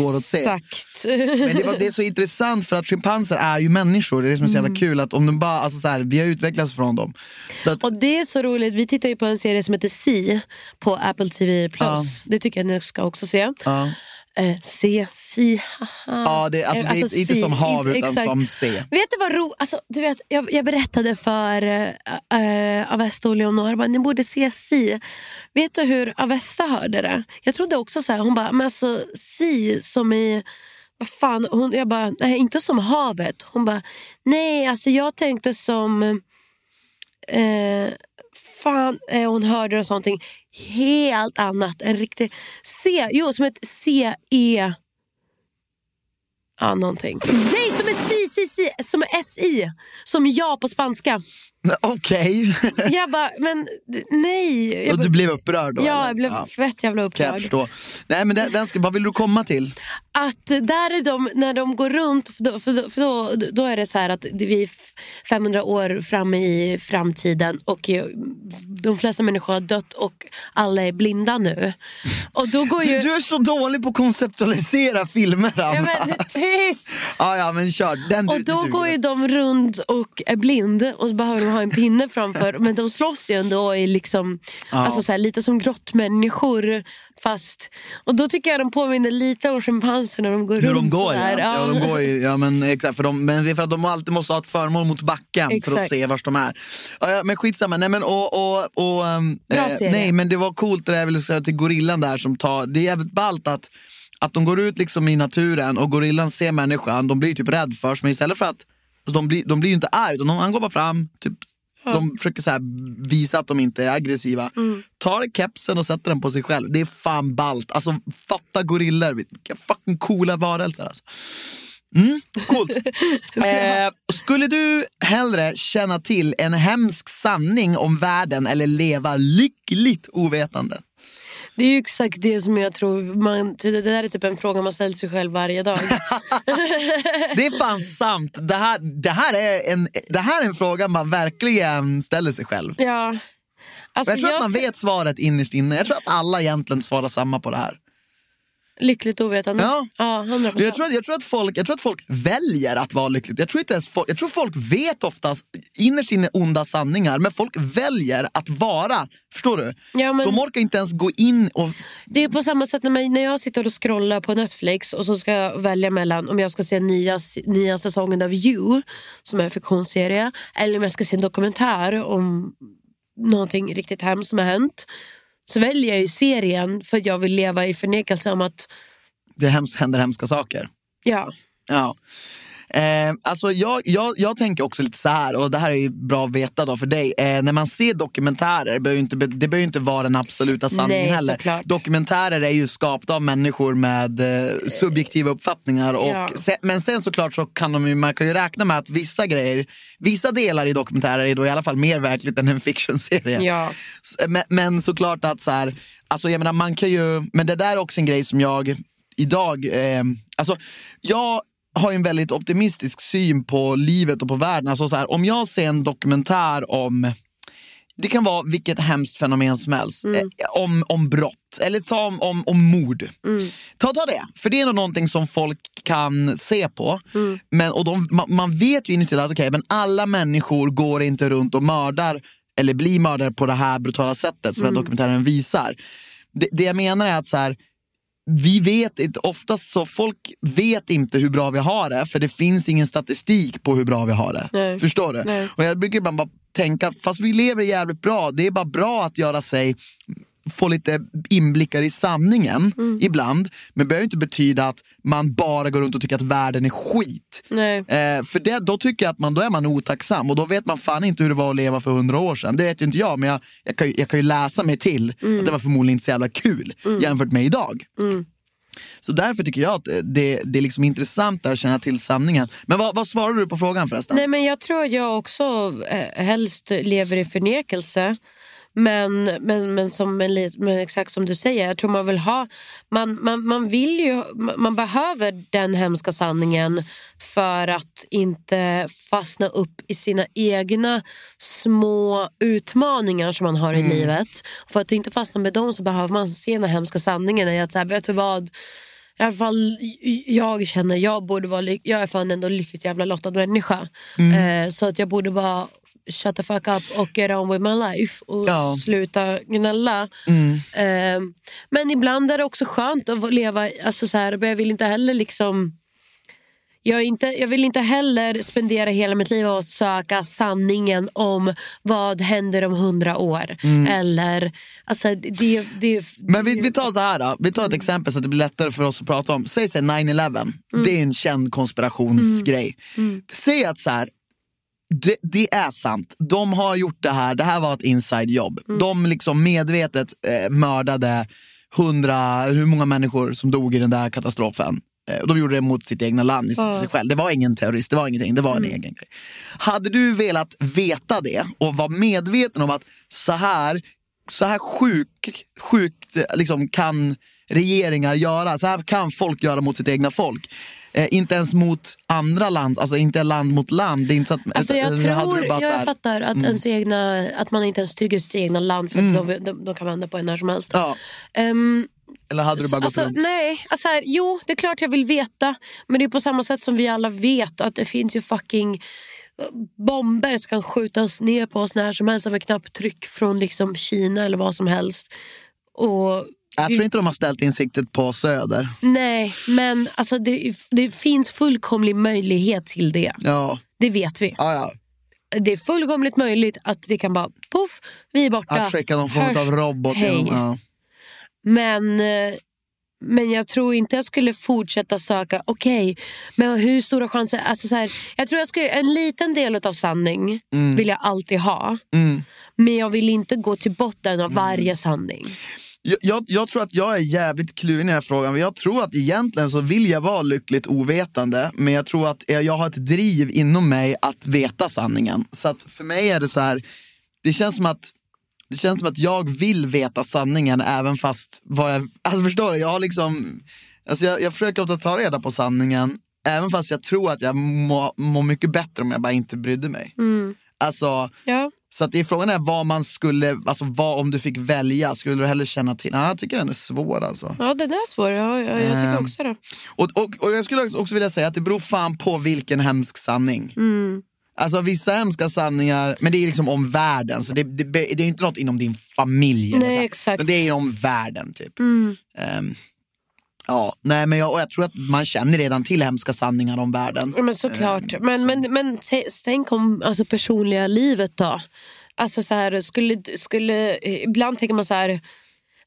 Speaker 4: går åt det.
Speaker 3: Exakt.
Speaker 4: Men det, var, det är så intressant för att schimpanser är ju människor. Det är det som är så
Speaker 3: Mm.
Speaker 4: jävla kul. Att om de bara, alltså så här, vi har utvecklats från dem. Så att,
Speaker 3: Och det är så roligt, vi tittar ju på en serie som heter Si på Apple TV+.
Speaker 4: Ja.
Speaker 3: Det tycker jag ni ska också se.
Speaker 4: ja.
Speaker 3: Eh, se, si, haha. Eh,
Speaker 4: Ja, det- alltså, det är inte som hav, utan som se.
Speaker 3: Vet du vad ro... Alltså, du vet, jag, jag berättade för eh, eh, Avesta och Leonor, jag bara, ni borde se si. Vet du hur Avesta hörde det? Jag trodde också så här, hon bara, men alltså si som i... Vad fan, hon, jag bara, nej inte som havet. Hon bara, nej alltså jag tänkte som... Eh, fan, eh, hon hörde det någonting helt annat. En riktig C, jo som ett CE... Ja, någonting. Nej, som är C, C, C, som är SI. Som ja på spanska.
Speaker 4: Okej.
Speaker 3: Jag bara, men d- nej. Jag
Speaker 4: Och
Speaker 3: bara,
Speaker 4: du blev upprörd då?
Speaker 3: ja,
Speaker 4: eller?
Speaker 3: jag blev
Speaker 4: Ja,
Speaker 3: fett jävla
Speaker 4: kan jag
Speaker 3: upprörd.
Speaker 4: förstå. Nej, men den, den ska, vad vill du komma till?
Speaker 3: att där är de, när de går runt, för då, för då, för då, då är det så här att det- vi är f- 500 år framme i framtiden och eh, de flesta människor har dött och alla är blinda nu. Och då går ju...
Speaker 4: Du, du är så dålig på att konceptualisera filmer,
Speaker 3: Ja,
Speaker 4: Anna.
Speaker 3: men, tyst!
Speaker 4: Ja, ja, men kör. Den du,
Speaker 3: Och då
Speaker 4: du,
Speaker 3: går ju de runt och är blind och så behöver de ha en pinne framför. Men de slåss ju ändå i liksom, alltså så här, lite som grottmänniskor. Fast, och då tycker jag de påminner lite om schimpanser när de går
Speaker 4: Hur de
Speaker 3: runt
Speaker 4: går, ja.
Speaker 3: sådär.
Speaker 4: Ja. de går ju, ja men exakt. För de, men det är för att de alltid måste ha ett föremål mot backen för att
Speaker 3: Exakt.
Speaker 4: se vart de är. Ja, ja, men skitsamma, nej men och, och, och ehm,
Speaker 3: Bra
Speaker 4: eh,
Speaker 3: serie.
Speaker 4: nej men det var coolt det där jag ville säga till gorillan där som tar, det är jävligt ballt att att de går ut liksom i naturen och gorillan ser människan, de blir ju typ rädd först men istället för att, alltså de, blir, de blir ju inte arg, utan de, han går bara fram, typ, de försöker så här visa att de inte är aggressiva.
Speaker 3: Mm.
Speaker 4: Tar kepsen och sätter den på sig själv, det är fan ballt. Alltså fatta gorillor, vilka fucking coola varelser alltså. Coolt. Eh, skulle du hellre känna till en hemsk sanning om världen eller leva lyckligt ovetande?
Speaker 3: Det är ju exakt det som jag tror, man, det där är typ en fråga man ställer sig själv varje dag.
Speaker 4: Det är fan sant. Det här, det här, är, en, det här är en fråga man verkligen ställer sig själv.
Speaker 3: ja.
Speaker 4: Och
Speaker 3: alltså,
Speaker 4: jag tror att man
Speaker 3: tror-
Speaker 4: vet svaret innerst inne. Jag tror att alla egentligen svarar samma på det här.
Speaker 3: Lyckligt ovetande.
Speaker 4: Ja.
Speaker 3: Mm. ja 100%.
Speaker 4: Jag tror, att, jag, tror att folk, jag tror att folk väljer att vara lyckligt. Jag tror, inte ens folk, jag tror folk vet oftast innerst inne onda sanningar, men folk väljer att vara, förstår du?
Speaker 3: Ja, men-
Speaker 4: De orkar inte ens gå in och...
Speaker 3: Det är på samma sätt när, man, när jag sitter och scrollar på Netflix och så ska jag välja mellan om jag ska se nya, nya säsongen av You, som är en fiktionsserie, eller om jag ska se en dokumentär om någonting riktigt hemskt som har hänt. Så väljer jag ju serien för att jag vill leva i förnekelse om att,
Speaker 4: Det hemskt, händer hemska saker.
Speaker 3: ja.
Speaker 4: Ja. Eh, alltså jag, jag, jag tänker också lite så här, och det här är ju bra att veta då för dig. Eh, när man ser dokumentärer, behöver ju inte, det behöver ju inte vara den absoluta sanningen
Speaker 3: Nej,
Speaker 4: heller.
Speaker 3: såklart.
Speaker 4: Dokumentärer är ju skapade av människor med eh, subjektiva uppfattningar. Och
Speaker 3: Ja.
Speaker 4: se, men sen såklart så kan de ju, man kan ju räkna med att vissa grejer, vissa delar i dokumentärer är då i alla fall mer verkligt än en fictionserie.
Speaker 3: Ja.
Speaker 4: S- Men, men såklart att så här, alltså jag menar man kan ju, men det där är också en grej som jag idag, eh, alltså jag har ju en väldigt optimistisk syn på livet och på världen. Alltså så här, om jag ser en dokumentär om det kan vara vilket hemskt fenomen som helst. Eh, Om, om brott, eller ta om, om, om mord. Ta, ta det, för det är nog någonting som folk kan se på. Men, och de, man, man vet ju initialt att okay, men alla människor går inte runt och mördar eller blir mördare på det här brutala sättet som den här dokumentären visar. Det, det jag menar är att så här, vi vet inte, oftast så folk vet inte hur bra vi har det för det finns ingen statistik på hur bra vi har det.
Speaker 3: Nej.
Speaker 4: Förstår du?
Speaker 3: Nej.
Speaker 4: Och jag brukar ibland bara tänka, fast vi lever jävligt bra, det är bara bra att göra sig få lite inblickar i sanningen
Speaker 3: Mm.
Speaker 4: ibland, men det behöver inte betyda att man bara går runt och tycker att världen är skit.
Speaker 3: Nej.
Speaker 4: Eh, för det, då tycker jag att man, då är man otacksam och då vet man fan inte hur det var att leva för hundra år sedan. Det vet ju inte jag, men jag, jag, kan, ju, jag kan ju läsa mig till
Speaker 3: Mm.
Speaker 4: att det var förmodligen inte så jävla kul jämfört med idag. Så därför tycker jag att det, det är liksom intressant där att känna till sanningen. Men vad, vad svarar du på frågan förresten?
Speaker 3: Nej, men jag tror jag också eh, helst lever i förnekelse. Men, men, men, som en lit, men exakt som du säger, jag tror man vill ha... Man, man, man, vill ju, man man behöver den hemska sanningen för att inte fastna upp i sina egna små utmaningar som man har i livet. För att inte fastna med dem så behöver man se den här hemska sanningen. i Att så här, vet du vad? I alla fall jag känner, jag borde vara ly- jag är fan ändå en lyckligt jävla lottad människa. Eh, så att jag borde bara shut the fuck up och get on with my life och
Speaker 4: Ja.
Speaker 3: sluta gnälla. Eh, men ibland är det också skönt att få leva, alltså så här, jag vill inte heller liksom jag, är inte, jag vill inte heller spendera hela mitt liv att söka sanningen om vad händer om hundra år. Eller, alltså, det, det,
Speaker 4: Men vi, vi tar så här då. vi tar ett exempel så att det blir lättare för oss att prata om. Säg så här 9-11,
Speaker 3: Mm.
Speaker 4: det är ju en känd konspirationsgrej. Säg att så här, det, det är sant, de har gjort det här, det här var ett inside-jobb. De liksom medvetet eh, mördade hundra, hur många människor som dog i den där katastrofen. Eh, och de gjorde det mot sitt egna land, i sig själv. Det var ingen terrorist, det var ingenting, det var en egen grej. Hade du velat veta det och vara medveten om att så här, så här sjuk, sjukt eh, liksom, kan regeringar göra, så här kan folk göra mot sitt egna folk. Eh, inte ens mot andra land, alltså inte land mot land. Det är inte så att,
Speaker 3: Alltså jag
Speaker 4: eller hade
Speaker 3: tror,
Speaker 4: du bara
Speaker 3: jag
Speaker 4: så här- Mm.
Speaker 3: fattar att, ens egna, att man inte ens trygger sitt egna land för att de, de, de kan vända på en när som helst.
Speaker 4: Ja,
Speaker 3: Ehm,
Speaker 4: eller hade du bara gått
Speaker 3: alltså,
Speaker 4: runt?
Speaker 3: nej, alltså här, jo det är klart jag vill veta men det är på samma sätt som vi alla vet att det finns ju fucking eh, bomber som kan skjutas ner på oss när som helst med knapptryck från liksom Kina eller vad som helst. Och
Speaker 4: Jag tror inte de har ställt in siktet på söder.
Speaker 3: Nej, men alltså det, det finns fullkomlig möjlighet till det.
Speaker 4: Ja,
Speaker 3: Det vet vi.
Speaker 4: ja, ja.
Speaker 3: det är fullkomligt möjligt att det kan bara poff, vi är borta.
Speaker 4: Att skicka någon form
Speaker 3: Hörs,
Speaker 4: av robot.
Speaker 3: hej.
Speaker 4: Genom, ja.
Speaker 3: Men, eh, men jag tror inte jag skulle fortsätta söka. Okej, men hur stora chanser? Alltså så här, jag tror jag skulle, en liten del av sanning
Speaker 4: Mm.
Speaker 3: vill jag alltid ha. Men jag vill inte gå till botten
Speaker 4: Mm.
Speaker 3: av varje sanning.
Speaker 4: Jag- jag, jag tror att jag är jävligt kluven i den här frågan. Jag tror att egentligen så vill jag vara lyckligt ovetande. Men jag tror att eh, jag jag har ett driv inom mig att veta sanningen. Så att för mig är det så här. Det känns som att, det känns som att jag vill veta sanningen även fast vad jag... Alltså förstår du? Jag har liksom... Alltså jag, jag försöker ofta ta reda på sanningen. Även fast jag tror att jag mår må mycket bättre om jag bara inte brydde mig. Alltså...
Speaker 3: Ja.
Speaker 4: Så att det är frågan är vad man skulle, alltså vad om du fick välja, skulle du hellre känna till? Ah, jag tycker den är svår alltså.
Speaker 3: Ja, den är svår. Ja, jag, jag tycker
Speaker 4: Ehm,
Speaker 3: också det.
Speaker 4: Och, och, och jag skulle också vilja säga att det beror fan på vilken hemsk sanning.
Speaker 3: Mm.
Speaker 4: Alltså vissa hemska sanningar, men det är liksom om världen, så det, det, det är inte något inom din familj. eller
Speaker 3: Nej,
Speaker 4: så här.
Speaker 3: exakt. Mm.
Speaker 4: Men det är om världen typ. Ehm, ja, nej men jag, och jag tror att man känner redan till hemska sanningar om världen.
Speaker 3: Ja, men
Speaker 4: Eh,
Speaker 3: såklart. Men, men, men t- tänk om alltså, personliga livet då? Alltså så här, skulle, skulle, ibland tänker eh, man så här,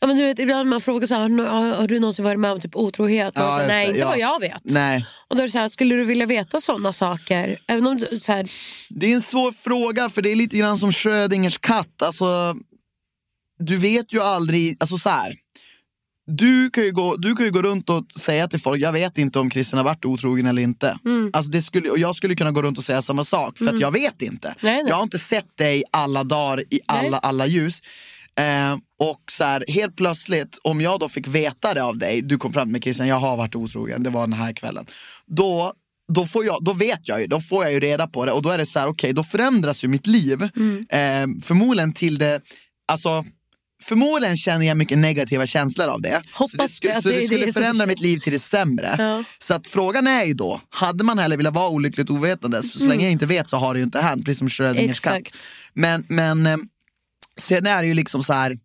Speaker 3: Ja, men du vet, ibland man frågar så här, har, du- har, har du någonsin varit med om typ otrohet?
Speaker 4: Ja,
Speaker 3: Ja, så, här,
Speaker 4: just
Speaker 3: nej,
Speaker 4: det,
Speaker 3: inte
Speaker 4: ja.
Speaker 3: vad jag vet.
Speaker 4: Nej.
Speaker 3: Och då är det så här, skulle du vilja veta sådana saker? Även om du, så här,
Speaker 4: Det är en svår fråga för det är lite grann som Schrödingers katt. Alltså, du vet ju aldrig, alltså så här. Du kan, ju gå, du kan ju gå runt och säga till folk, jag vet inte om Christian har varit otrogen eller inte.
Speaker 3: Mm.
Speaker 4: Alltså det skulle, och jag skulle kunna gå runt och säga samma sak, för att jag vet inte.
Speaker 3: Nej, nej.
Speaker 4: Jag har inte sett dig alla dagar i alla,
Speaker 3: Nej.
Speaker 4: alla ljus. Eh, och så här, helt plötsligt, om jag då fick veta det av dig, du kom fram med Christian, jag har varit otrogen, det var den här kvällen. Då, då, får jag, då vet jag ju, då får jag ju reda på det och då är det så här, okej, då förändras ju mitt liv.
Speaker 3: Mm.
Speaker 4: Eh, förmodligen till det, alltså Förmodligen känner jag mycket negativa känslor av det. så det
Speaker 3: Hoppas
Speaker 4: skulle,
Speaker 3: det, att
Speaker 4: så
Speaker 3: det är
Speaker 4: det
Speaker 3: det
Speaker 4: skulle
Speaker 3: som-
Speaker 4: förändra mitt liv till det sämre.
Speaker 3: Ja.
Speaker 4: Så att frågan är ju då, hade man hellre velat vara olyckligt ovetandes? För så
Speaker 3: Mm.
Speaker 4: länge jag inte vet så har det ju inte hänt, precis som Schrödingers katt.
Speaker 3: Exakt.
Speaker 4: Men, men eh, sen är det ju liksom så här,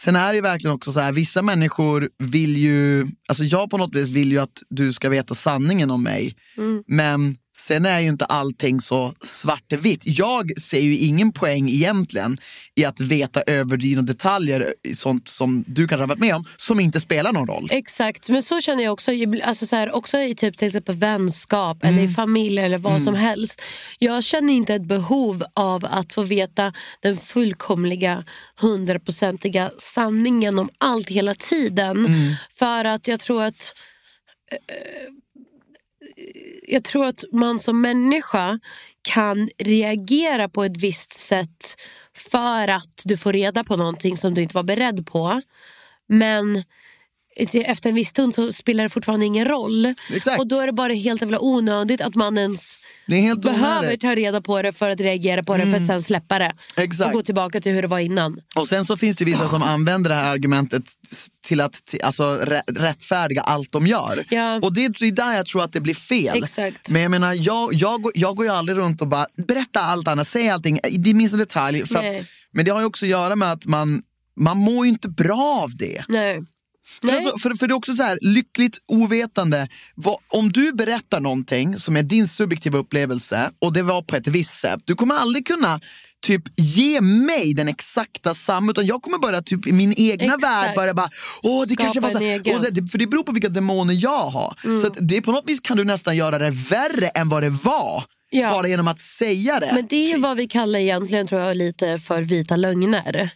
Speaker 4: sen är det ju verkligen också så här, vissa människor vill ju, alltså jag på något vis vill ju att du ska veta sanningen om mig.
Speaker 3: Mm.
Speaker 4: Men sen är ju inte allting så svart och vitt. Jag ser ju ingen poäng egentligen i att veta överdrivna detaljer, i sånt som du kan ha varit med om, som inte spelar någon roll.
Speaker 3: Exakt, men så känner jag också. Alltså så här, också i typ till exempel vänskap eller i familj eller vad som helst. Jag känner inte ett behov av att få veta den fullkomliga, hundraprocentiga sanningen om allt hela tiden. För att jag tror att eh, jag tror att man som människa kan reagera på ett visst sätt för att du får reda på någonting som du inte var beredd på. Men efter en viss stund så spelar det fortfarande ingen roll.
Speaker 4: Exakt.
Speaker 3: Och då är det bara helt jävla onödigt att man ens
Speaker 4: Det är helt
Speaker 3: behöver
Speaker 4: onödigt.
Speaker 3: ta reda på det för att reagera på det för att sen släppa det.
Speaker 4: Exakt.
Speaker 3: Och gå tillbaka till hur det var innan.
Speaker 4: Och sen så finns det ju vissa som använder det här argumentet s- till att t- alltså, rä- rättfärdiga allt de gör.
Speaker 3: Ja.
Speaker 4: Och det är där jag tror att det blir fel.
Speaker 3: Exakt.
Speaker 4: Men jag menar, jag, jag, går- jag går ju aldrig runt och bara berätta allt Anna, säg allting i det minsta detalj. För att,
Speaker 3: Nej.
Speaker 4: men det har ju också att göra med att man, man mår ju inte bra av det.
Speaker 3: Nej.
Speaker 4: För,
Speaker 3: Nej.
Speaker 4: alltså, för, för det är också så här, lyckligt ovetande. Vad, om du berättar någonting som är din subjektiva upplevelse och det var på ett visst sätt, du kommer aldrig kunna typ ge mig den exakta samma, utan jag kommer bara typ i min egna
Speaker 3: Exakt.
Speaker 4: värld bara, bara åh det
Speaker 3: Skapa
Speaker 4: kanske var så
Speaker 3: en
Speaker 4: här."
Speaker 3: egen. Mm.
Speaker 4: och det, för det beror på vilka demoner jag har. Så att det på något vis kan du nästan göra det värre än vad det var,
Speaker 3: Ja.
Speaker 4: bara genom att säga det. Typ.
Speaker 3: Men det är ju vad vi kallar egentligen tror jag lite för vita lögner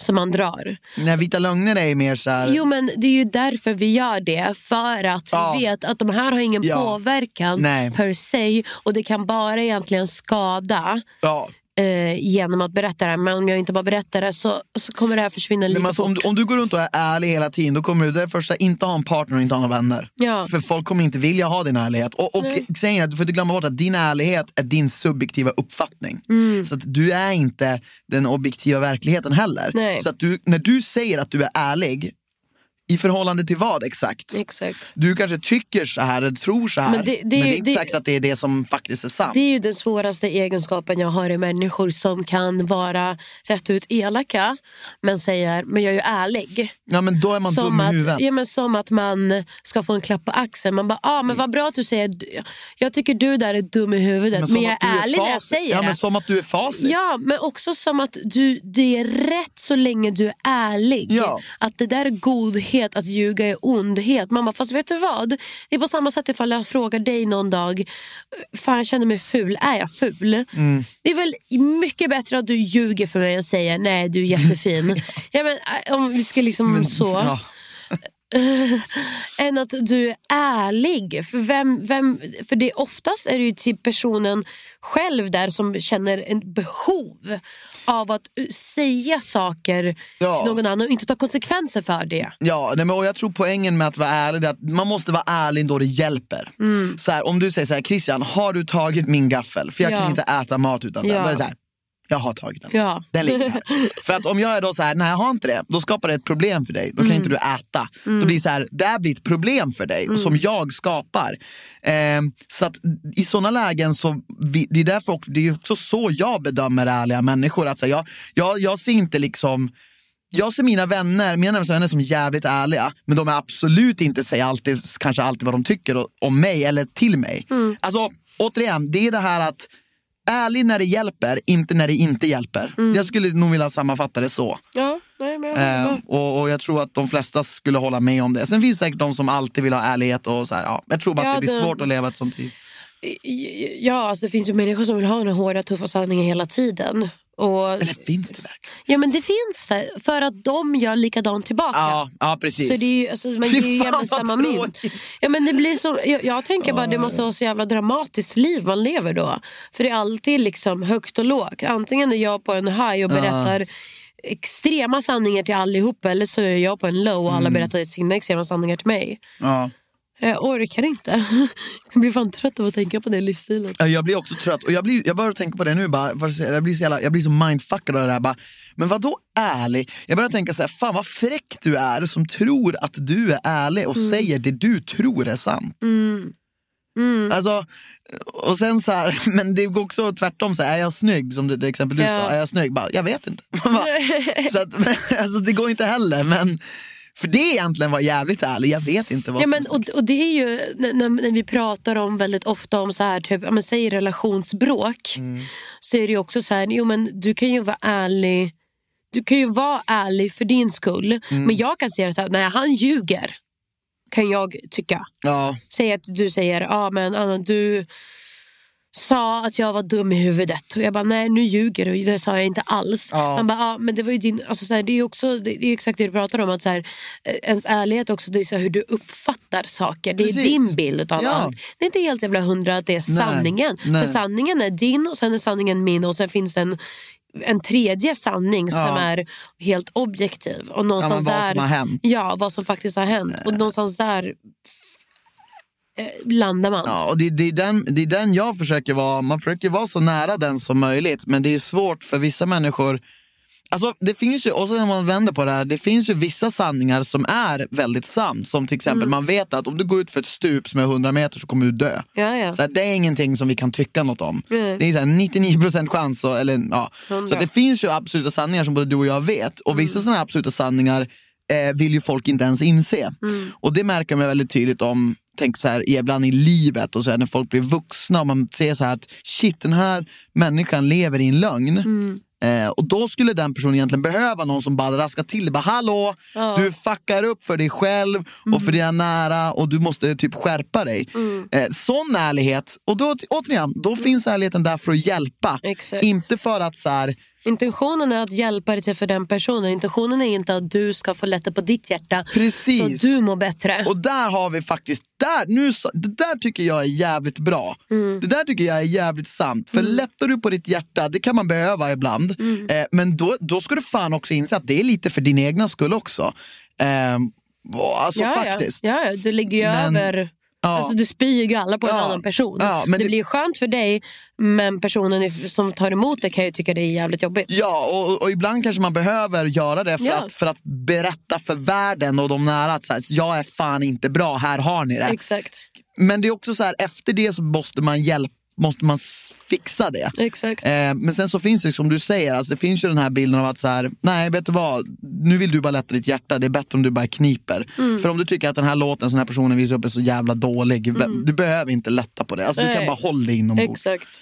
Speaker 3: som man drar.
Speaker 4: När vita lögner är mer så här,
Speaker 3: Jo men det är ju därför vi gör det. För att vi
Speaker 4: Ja.
Speaker 3: vet att de här har ingen
Speaker 4: Ja.
Speaker 3: påverkan
Speaker 4: Nej.
Speaker 3: per se och det kan bara egentligen skada
Speaker 4: ja.
Speaker 3: eh, genom att berätta det. här. Men om jag inte bara berättar det så, så kommer det här försvinna
Speaker 4: Nej,
Speaker 3: lika
Speaker 4: men alltså, om,
Speaker 3: fort.
Speaker 4: du, om du går runt och är ärlig hela tiden då kommer du det första inte ha en partner och inte ha några vänner.
Speaker 3: Ja.
Speaker 4: För folk kommer inte vilja ha din ärlighet. Och, och grejen är att du får inte glömma bort att din ärlighet är din subjektiva uppfattning.
Speaker 3: Mm.
Speaker 4: Så att du är inte den objektiva verkligheten heller.
Speaker 3: Nej.
Speaker 4: Så att du, när du säger att du är ärlig, i förhållande till vad exakt?
Speaker 3: Exakt.
Speaker 4: Du kanske tycker så här, eller tror så här,
Speaker 3: Men det- det är ju-
Speaker 4: är inte
Speaker 3: det-
Speaker 4: säkert att det är det som faktiskt är sant.
Speaker 3: Det är ju den svåraste egenskapen jag har i människor som kan vara rätt ut elaka men säger men jag är ju ärlig.
Speaker 4: ja, men då är man dum
Speaker 3: som
Speaker 4: i huvudet.
Speaker 3: att, ja, men som att man ska få en klapp på axeln. Man bara, ah, men vad bra att du säger d- Jag tycker du där är dum i huvudet, men,
Speaker 4: som
Speaker 3: jag
Speaker 4: att du
Speaker 3: är ärlig när jag
Speaker 4: facit.
Speaker 3: säger
Speaker 4: ja,
Speaker 3: det.
Speaker 4: men Som att du är facit.
Speaker 3: Ja, men också som att du, det är rätt så länge du är ärlig.
Speaker 4: Ja.
Speaker 3: Att det där är godhet, att ljuga är ondhet. Mamma, fast vet du vad? Det är på samma sätt ifall jag frågar dig någon dag, fan jag känner mig ful, är jag ful?
Speaker 4: Mm.
Speaker 3: Det är väl mycket bättre att du ljuger för mig och säger nej du är jättefin. ja, men, äh, om vi ska liksom så
Speaker 4: Ja.
Speaker 3: än att du är ärlig. För, vem, vem, för det oftast är det ju till personen själv där som känner en behov av att uh, säga saker
Speaker 4: Ja.
Speaker 3: till någon annan och inte ta konsekvenser för det.
Speaker 4: Ja, nej, men, och jag tror poängen med att vara ärlig är att man måste vara ärlig då det hjälper.
Speaker 3: Mm.
Speaker 4: Så här, om du säger så här, Christian, har du tagit min gaffel? För jag
Speaker 3: Ja.
Speaker 4: kan inte äta mat utan den.
Speaker 3: Ja.
Speaker 4: Då är det så här, jag har tagit den.
Speaker 3: Ja.
Speaker 4: Den ligger här. för att om jag är då så här, nej jag har inte det, då skapar det ett problem för dig. Då kan
Speaker 3: Mm.
Speaker 4: inte du äta. Då blir det så här, det här blir ett problem för dig som jag skapar. Ehm, så att i sådana lägen så, vi, det är därför också, det är också så jag bedömer ärliga människor. Att så här, jag, jag, jag ser inte liksom jag ser mina vänner, mina närmaste vänner som jävligt ärliga men de är absolut inte säger alltid, kanske alltid vad de tycker o- om mig eller till mig.
Speaker 3: Mm.
Speaker 4: Alltså återigen, det är det här att
Speaker 3: Mm.
Speaker 4: ärlig när det hjälper, inte när det inte hjälper. Jag skulle nog vilja sammanfatta det så.
Speaker 3: Ja. Nej, men jag håller
Speaker 4: Eh,
Speaker 3: med.
Speaker 4: och, och jag tror att de flesta skulle hålla med om det. Sen finns det säkert de som alltid vill ha ärlighet och så här, ja. Jag tror bara
Speaker 3: Ja,
Speaker 4: att det blir
Speaker 3: det-
Speaker 4: svårt att leva ett sånt liv.
Speaker 3: Ja, alltså, det finns ju människor som vill ha den hårda, tuffa sanningen hela tiden. Och,
Speaker 4: Eller finns det verkligen?
Speaker 3: ja, men det finns det. För att de gör likadant tillbaka.
Speaker 4: Ja, ja precis.
Speaker 3: Så det är ju, alltså, man
Speaker 4: Fy
Speaker 3: ger ju
Speaker 4: fan,
Speaker 3: jävla
Speaker 4: vad
Speaker 3: samma mynt.
Speaker 4: tråkigt.
Speaker 3: Ja, men det blir så, jag, jag tänker bara det måste vara så jävla dramatiskt liv man lever då. För det är alltid liksom högt och lågt. Antingen är jag på en high och berättar extrema sanningar till allihopa eller så är jag på en low och
Speaker 4: Mm.
Speaker 3: alla berättar sina extrema sanningar till mig.
Speaker 4: ja.
Speaker 3: Jag orkar inte. Jag blir fan trött av att tänka på den livsstilen.
Speaker 4: Ja, Eh, Jag blir också trött och jag, blir, jag börjar tänka på det nu, bara, varför säger jag jag blir så, jävla, jag blir så mindfuckad av det här. Bara, men vad då ärlig? Jag börjar tänka så här, fan vad fräck du är som tror att du är ärlig och
Speaker 3: Mm.
Speaker 4: säger det du tror är sant.
Speaker 3: Mm.
Speaker 4: Alltså, och sen så här, men det går också tvärtom, så här, är jag snygg som det, det exempel du
Speaker 3: Ja.
Speaker 4: sa, är jag snygg? Bara, jag vet inte. Man bara, så att, alltså, det går inte heller, men för det är egentligen var jävligt ärlig, jag vet inte vad
Speaker 3: Ja,
Speaker 4: som
Speaker 3: men, och, och det är ju när, när- när vi pratar om väldigt ofta om så här, typ, ja, men, säg relationsbråk.
Speaker 4: Mm.
Speaker 3: Så är det ju också så här, jo men du kan ju vara ärlig. Du kan ju vara ärlig för din skull.
Speaker 4: Mm.
Speaker 3: Men jag kan säga så här, nej han ljuger. Kan jag tycka.
Speaker 4: Ja,
Speaker 3: Säg att du säger, ja men Anna du sa att jag var dum i huvudet. Och jag bara, nej nu ljuger du. Det sa jag inte alls.
Speaker 4: Ja.
Speaker 3: Han bara, ja men det var ju din... Alltså, så här, det är ju också det, det är exakt det du pratar om. Att, så här, eh, ens ärlighet också, det är så här, hur du uppfattar saker. Det är
Speaker 4: Precis.
Speaker 3: din bild av
Speaker 4: Ja.
Speaker 3: allt. Det är inte helt jävla hundra att det är
Speaker 4: Nej.
Speaker 3: sanningen.
Speaker 4: Nej.
Speaker 3: För sanningen är din och sen är sanningen min och sen finns en en tredje sanning som är helt objektiv. Och någonstans
Speaker 4: vad
Speaker 3: där,
Speaker 4: som har hänt. Eh.
Speaker 3: Ja, vad som faktiskt har hänt. Och någonstans där landar man.
Speaker 4: Ja, och det, det, är den, det är den jag försöker vara. Man försöker vara så nära den som möjligt, men det är svårt för vissa människor. Alltså, det finns ju, och sen när man vänder på det här, det finns ju vissa sanningar som är väldigt sant. Som till exempel,
Speaker 3: Mm.
Speaker 4: man vet att om du går ut för ett stup som är 100 meter så kommer du dö.
Speaker 3: Ja, ja.
Speaker 4: Så här, det är ingenting som vi kan tycka något om. Det är så här 99% chans. Och, eller, ja. Så att det finns ju absoluta sanningar som både du och jag vet. Och vissa sådana här absoluta sanningar eh, vill ju folk inte ens inse. Och det märker man väldigt tydligt om, tänk så här, ibland i livet och så här, när folk blir vuxna och man ser så här att shit, den här människan lever i en lögn. Eh, och då skulle den personen egentligen behöva någon som bara raskar till. Bara, Hallå, du fuckar upp för dig själv och för dina nära och du måste typ skärpa dig. Eh, sån ärlighet, och då, återigen, då finns ärligheten där för att hjälpa.
Speaker 3: Exakt.
Speaker 4: Inte för att så här,
Speaker 3: Intentionen är att hjälpa dig till för den personen. Intentionen är inte att du ska få lätta på ditt hjärta
Speaker 4: Precis.
Speaker 3: så du mår bättre.
Speaker 4: Och där har vi faktiskt, där, nu, sa- det där tycker jag är jävligt bra.
Speaker 3: Mm.
Speaker 4: Det där tycker jag är jävligt sant. För lättar du på ditt hjärta, det kan man behöva ibland.
Speaker 3: Mm.
Speaker 4: Eh, men då, då ska du fan också inse att det är lite för din egna skull också. Eh, och alltså
Speaker 3: ja,
Speaker 4: faktiskt.
Speaker 3: Ja. Ja, ja. Du ligger ju
Speaker 4: Men-
Speaker 3: över... Alltså, du spyr ju galla på en
Speaker 4: Ja.
Speaker 3: annan person.
Speaker 4: Ja, men
Speaker 3: det,
Speaker 4: det-
Speaker 3: blir ju skönt för dig, men personen i- som tar emot det kan ju tycka det är jävligt jobbigt.
Speaker 4: Ja, och, och ibland kanske man behöver göra det för,
Speaker 3: Ja.
Speaker 4: att, för att berätta för världen och de nära att så här, jag är fan inte bra, här har ni det.
Speaker 3: Exakt.
Speaker 4: Men det är också så här, efter det så måste man hjälp, måste man s- fixa det.
Speaker 3: Exakt.
Speaker 4: Eh, men sen så finns det som du säger, alltså det finns ju den här bilden av att så här, nej vet du vad, nu vill du bara lätta ditt hjärta, det är bättre om du bara kniper.
Speaker 3: Mm.
Speaker 4: För om du tycker att den här låten som den här personen visar upp är så jävla dålig, vem- du behöver inte lätta på det. Alltså, du kan
Speaker 3: Mm. Nej.
Speaker 4: bara hålla det inombords.
Speaker 3: Exakt.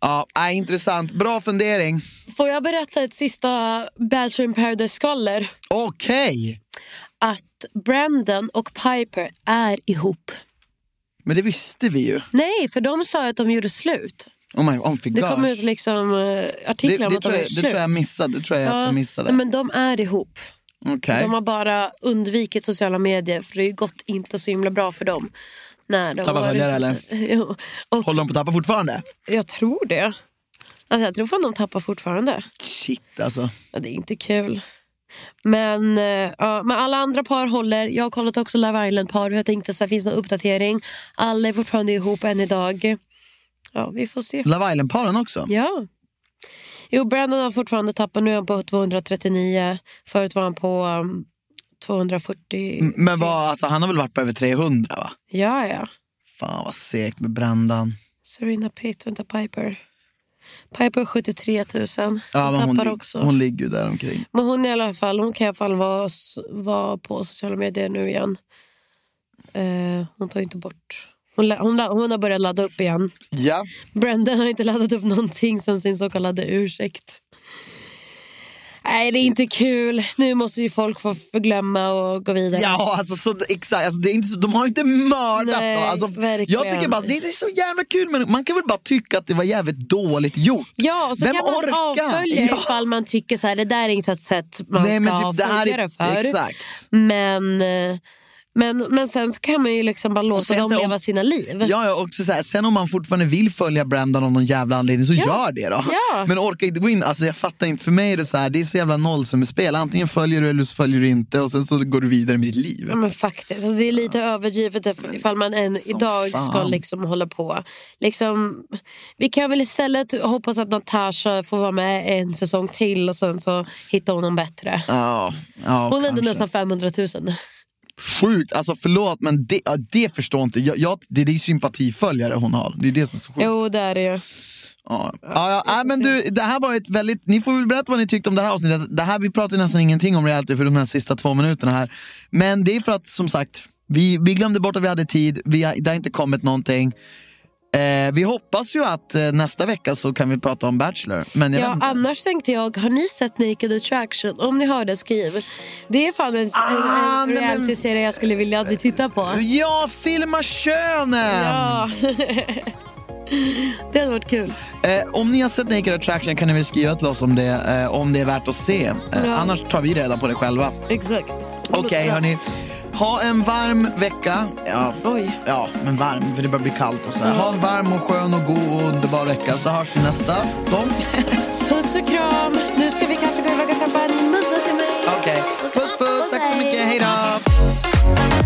Speaker 4: Ja, nej, intressant, bra fundering.
Speaker 3: Får jag berätta ett sista Bachelor in paradise-skvaller?
Speaker 4: Okej,
Speaker 3: Att Brandon och Piper är ihop.
Speaker 4: men det visste vi ju.
Speaker 3: Nej, för de sa ju att de gjorde slut.
Speaker 4: Oh my, oh my
Speaker 3: Det
Speaker 4: gosh.
Speaker 3: kom ut liksom eh,
Speaker 4: det,
Speaker 3: artiklar
Speaker 4: det,
Speaker 3: om att de
Speaker 4: tror jag,
Speaker 3: gjorde
Speaker 4: det
Speaker 3: slut.
Speaker 4: tror jag missade, det tror jag att jag missade.
Speaker 3: Men de är ihop.
Speaker 4: Okej.
Speaker 3: De har bara undvikit sociala medier för det har ju gått inte så himla bra för dem. När de
Speaker 4: Tappar
Speaker 3: har varit-
Speaker 4: följare, eller?
Speaker 3: jo. Och
Speaker 4: Håller de på att tappa fortfarande?
Speaker 3: jag tror det. Alltså, jag tror fan de tappar fortfarande.
Speaker 4: Shit alltså.
Speaker 3: Ja, det är inte kul. Men, eh, ja, men alla andra par håller. Jag har kollat också Love Island-par. Jag tänkte så här, finns det någon uppdatering? Alla är fortfarande ihop än idag. Ja, vi får se.
Speaker 4: Love Island-paren också?
Speaker 3: Ja. Jo, Brandon har fortfarande tappat. Nu är han på 239. Förut var han på um, 240.
Speaker 4: Men vad, alltså, han har väl varit på över 300 va?
Speaker 3: Ja, ja.
Speaker 4: Fan vad segt med brändan.
Speaker 3: Serena Pitt, vänta Piper. Piper är 73 000.
Speaker 4: Ja,
Speaker 3: hon
Speaker 4: men
Speaker 3: tappar
Speaker 4: hon, lig-
Speaker 3: också.
Speaker 4: hon ligger ju där omkring.
Speaker 3: Men hon i alla fall, hon kan i alla fall vara, s- vara på sociala medier nu igen. Eh, hon tar ju inte bort. Hon, la- hon, la- hon har börjat ladda upp igen.
Speaker 4: Ja.
Speaker 3: Brandon har inte laddat upp någonting sen sin så kallade ursäkt. Nej, det är inte kul. Nu måste ju folk få förglömma och gå vidare.
Speaker 4: Ja, alltså, så, exakt. Alltså, det är inte så, de har ju inte mördat
Speaker 3: Nej,
Speaker 4: då. Alltså,
Speaker 3: verkligen.
Speaker 4: jag tycker bara det är så jävla kul, men man kan väl bara tycka att det var jävligt dåligt gjort.
Speaker 3: Ja, och så
Speaker 4: Vem
Speaker 3: kan man
Speaker 4: orkar?
Speaker 3: avfölja
Speaker 4: Ja.
Speaker 3: ifall man tycker så här, det där är inte ett sätt man
Speaker 4: Nej,
Speaker 3: ska
Speaker 4: men typ, det
Speaker 3: avfölja
Speaker 4: här
Speaker 3: det,
Speaker 4: är,
Speaker 3: för.
Speaker 4: Exakt.
Speaker 3: Men, eh, men, men sen så kan man ju liksom bara låta
Speaker 4: sen
Speaker 3: dem
Speaker 4: så om-
Speaker 3: leva sina liv.
Speaker 4: Ja, ja, också så här, sen om man fortfarande vill följa Brandon av någon jävla anledning så gör det då.
Speaker 3: Ja.
Speaker 4: Men orka inte gå in, alltså jag fattar inte, för mig är det så här, det är så jävla nollsummespel. Antingen följer du eller så följer du inte och sen så går du vidare med ditt liv.
Speaker 3: Ja, men faktiskt. Alltså, det är lite överdrivet if- ifall man än
Speaker 4: Som
Speaker 3: idag ska
Speaker 4: fan.
Speaker 3: liksom hålla på. Liksom, vi kan väl istället hoppas att Natasha får vara med en säsong till och sen så hittar hon någon bättre.
Speaker 4: Ja, ja,
Speaker 3: Hon är ändå
Speaker 4: kanske. Mm.
Speaker 3: nästan 500 000.
Speaker 4: Sjukt, alltså förlåt men det, ja, det förstår inte jag. jag det, det är sympatiföljare hon har, det är det som är så sjukt.
Speaker 3: Jo, det är det ju.
Speaker 4: Ja. Ja, ja, nej, men du, det här var ett väldigt, ni får väl berätta vad ni tyckte om det här avsnittet. Det här, vi pratar ju nästan ingenting om reality för de här sista två minuterna här. Men det är för att som sagt, vi, vi glömde bort att vi hade tid, vi har, det har inte kommit någonting. Eh, vi hoppas ju att eh, nästa vecka så kan vi prata om Bachelor. Men jag vet
Speaker 3: Ja, ah.
Speaker 4: inte.
Speaker 3: annars tänkte jag, har ni sett Naked Attraction? Om ni har det, skriv. Det är fan en,
Speaker 4: Ah,
Speaker 3: en, en
Speaker 4: nej, men-
Speaker 3: realityserie jag skulle vilja att vi tittar på.
Speaker 4: Ja, filma könen!
Speaker 3: Ja. det hade varit kul.
Speaker 4: Eh, om ni har sett Naked Attraction kan ni väl skriva till oss om det, eh, om det är värt att se. Eh,
Speaker 3: Ja.
Speaker 4: Annars tar vi reda på det själva.
Speaker 3: Exakt.
Speaker 4: Okej hörni, ha en varm vecka. Ja,
Speaker 3: Oj.
Speaker 4: Ja, men varm, för det börjar bli kallt och sådär. Ha en varm och skön och god och underbar vecka så hörs vi nästa gång.
Speaker 3: Puss och kram. Nu ska vi kanske gå iväg och köpa en musse till mig.
Speaker 4: Okej, puss puss, tack så mycket, hej då!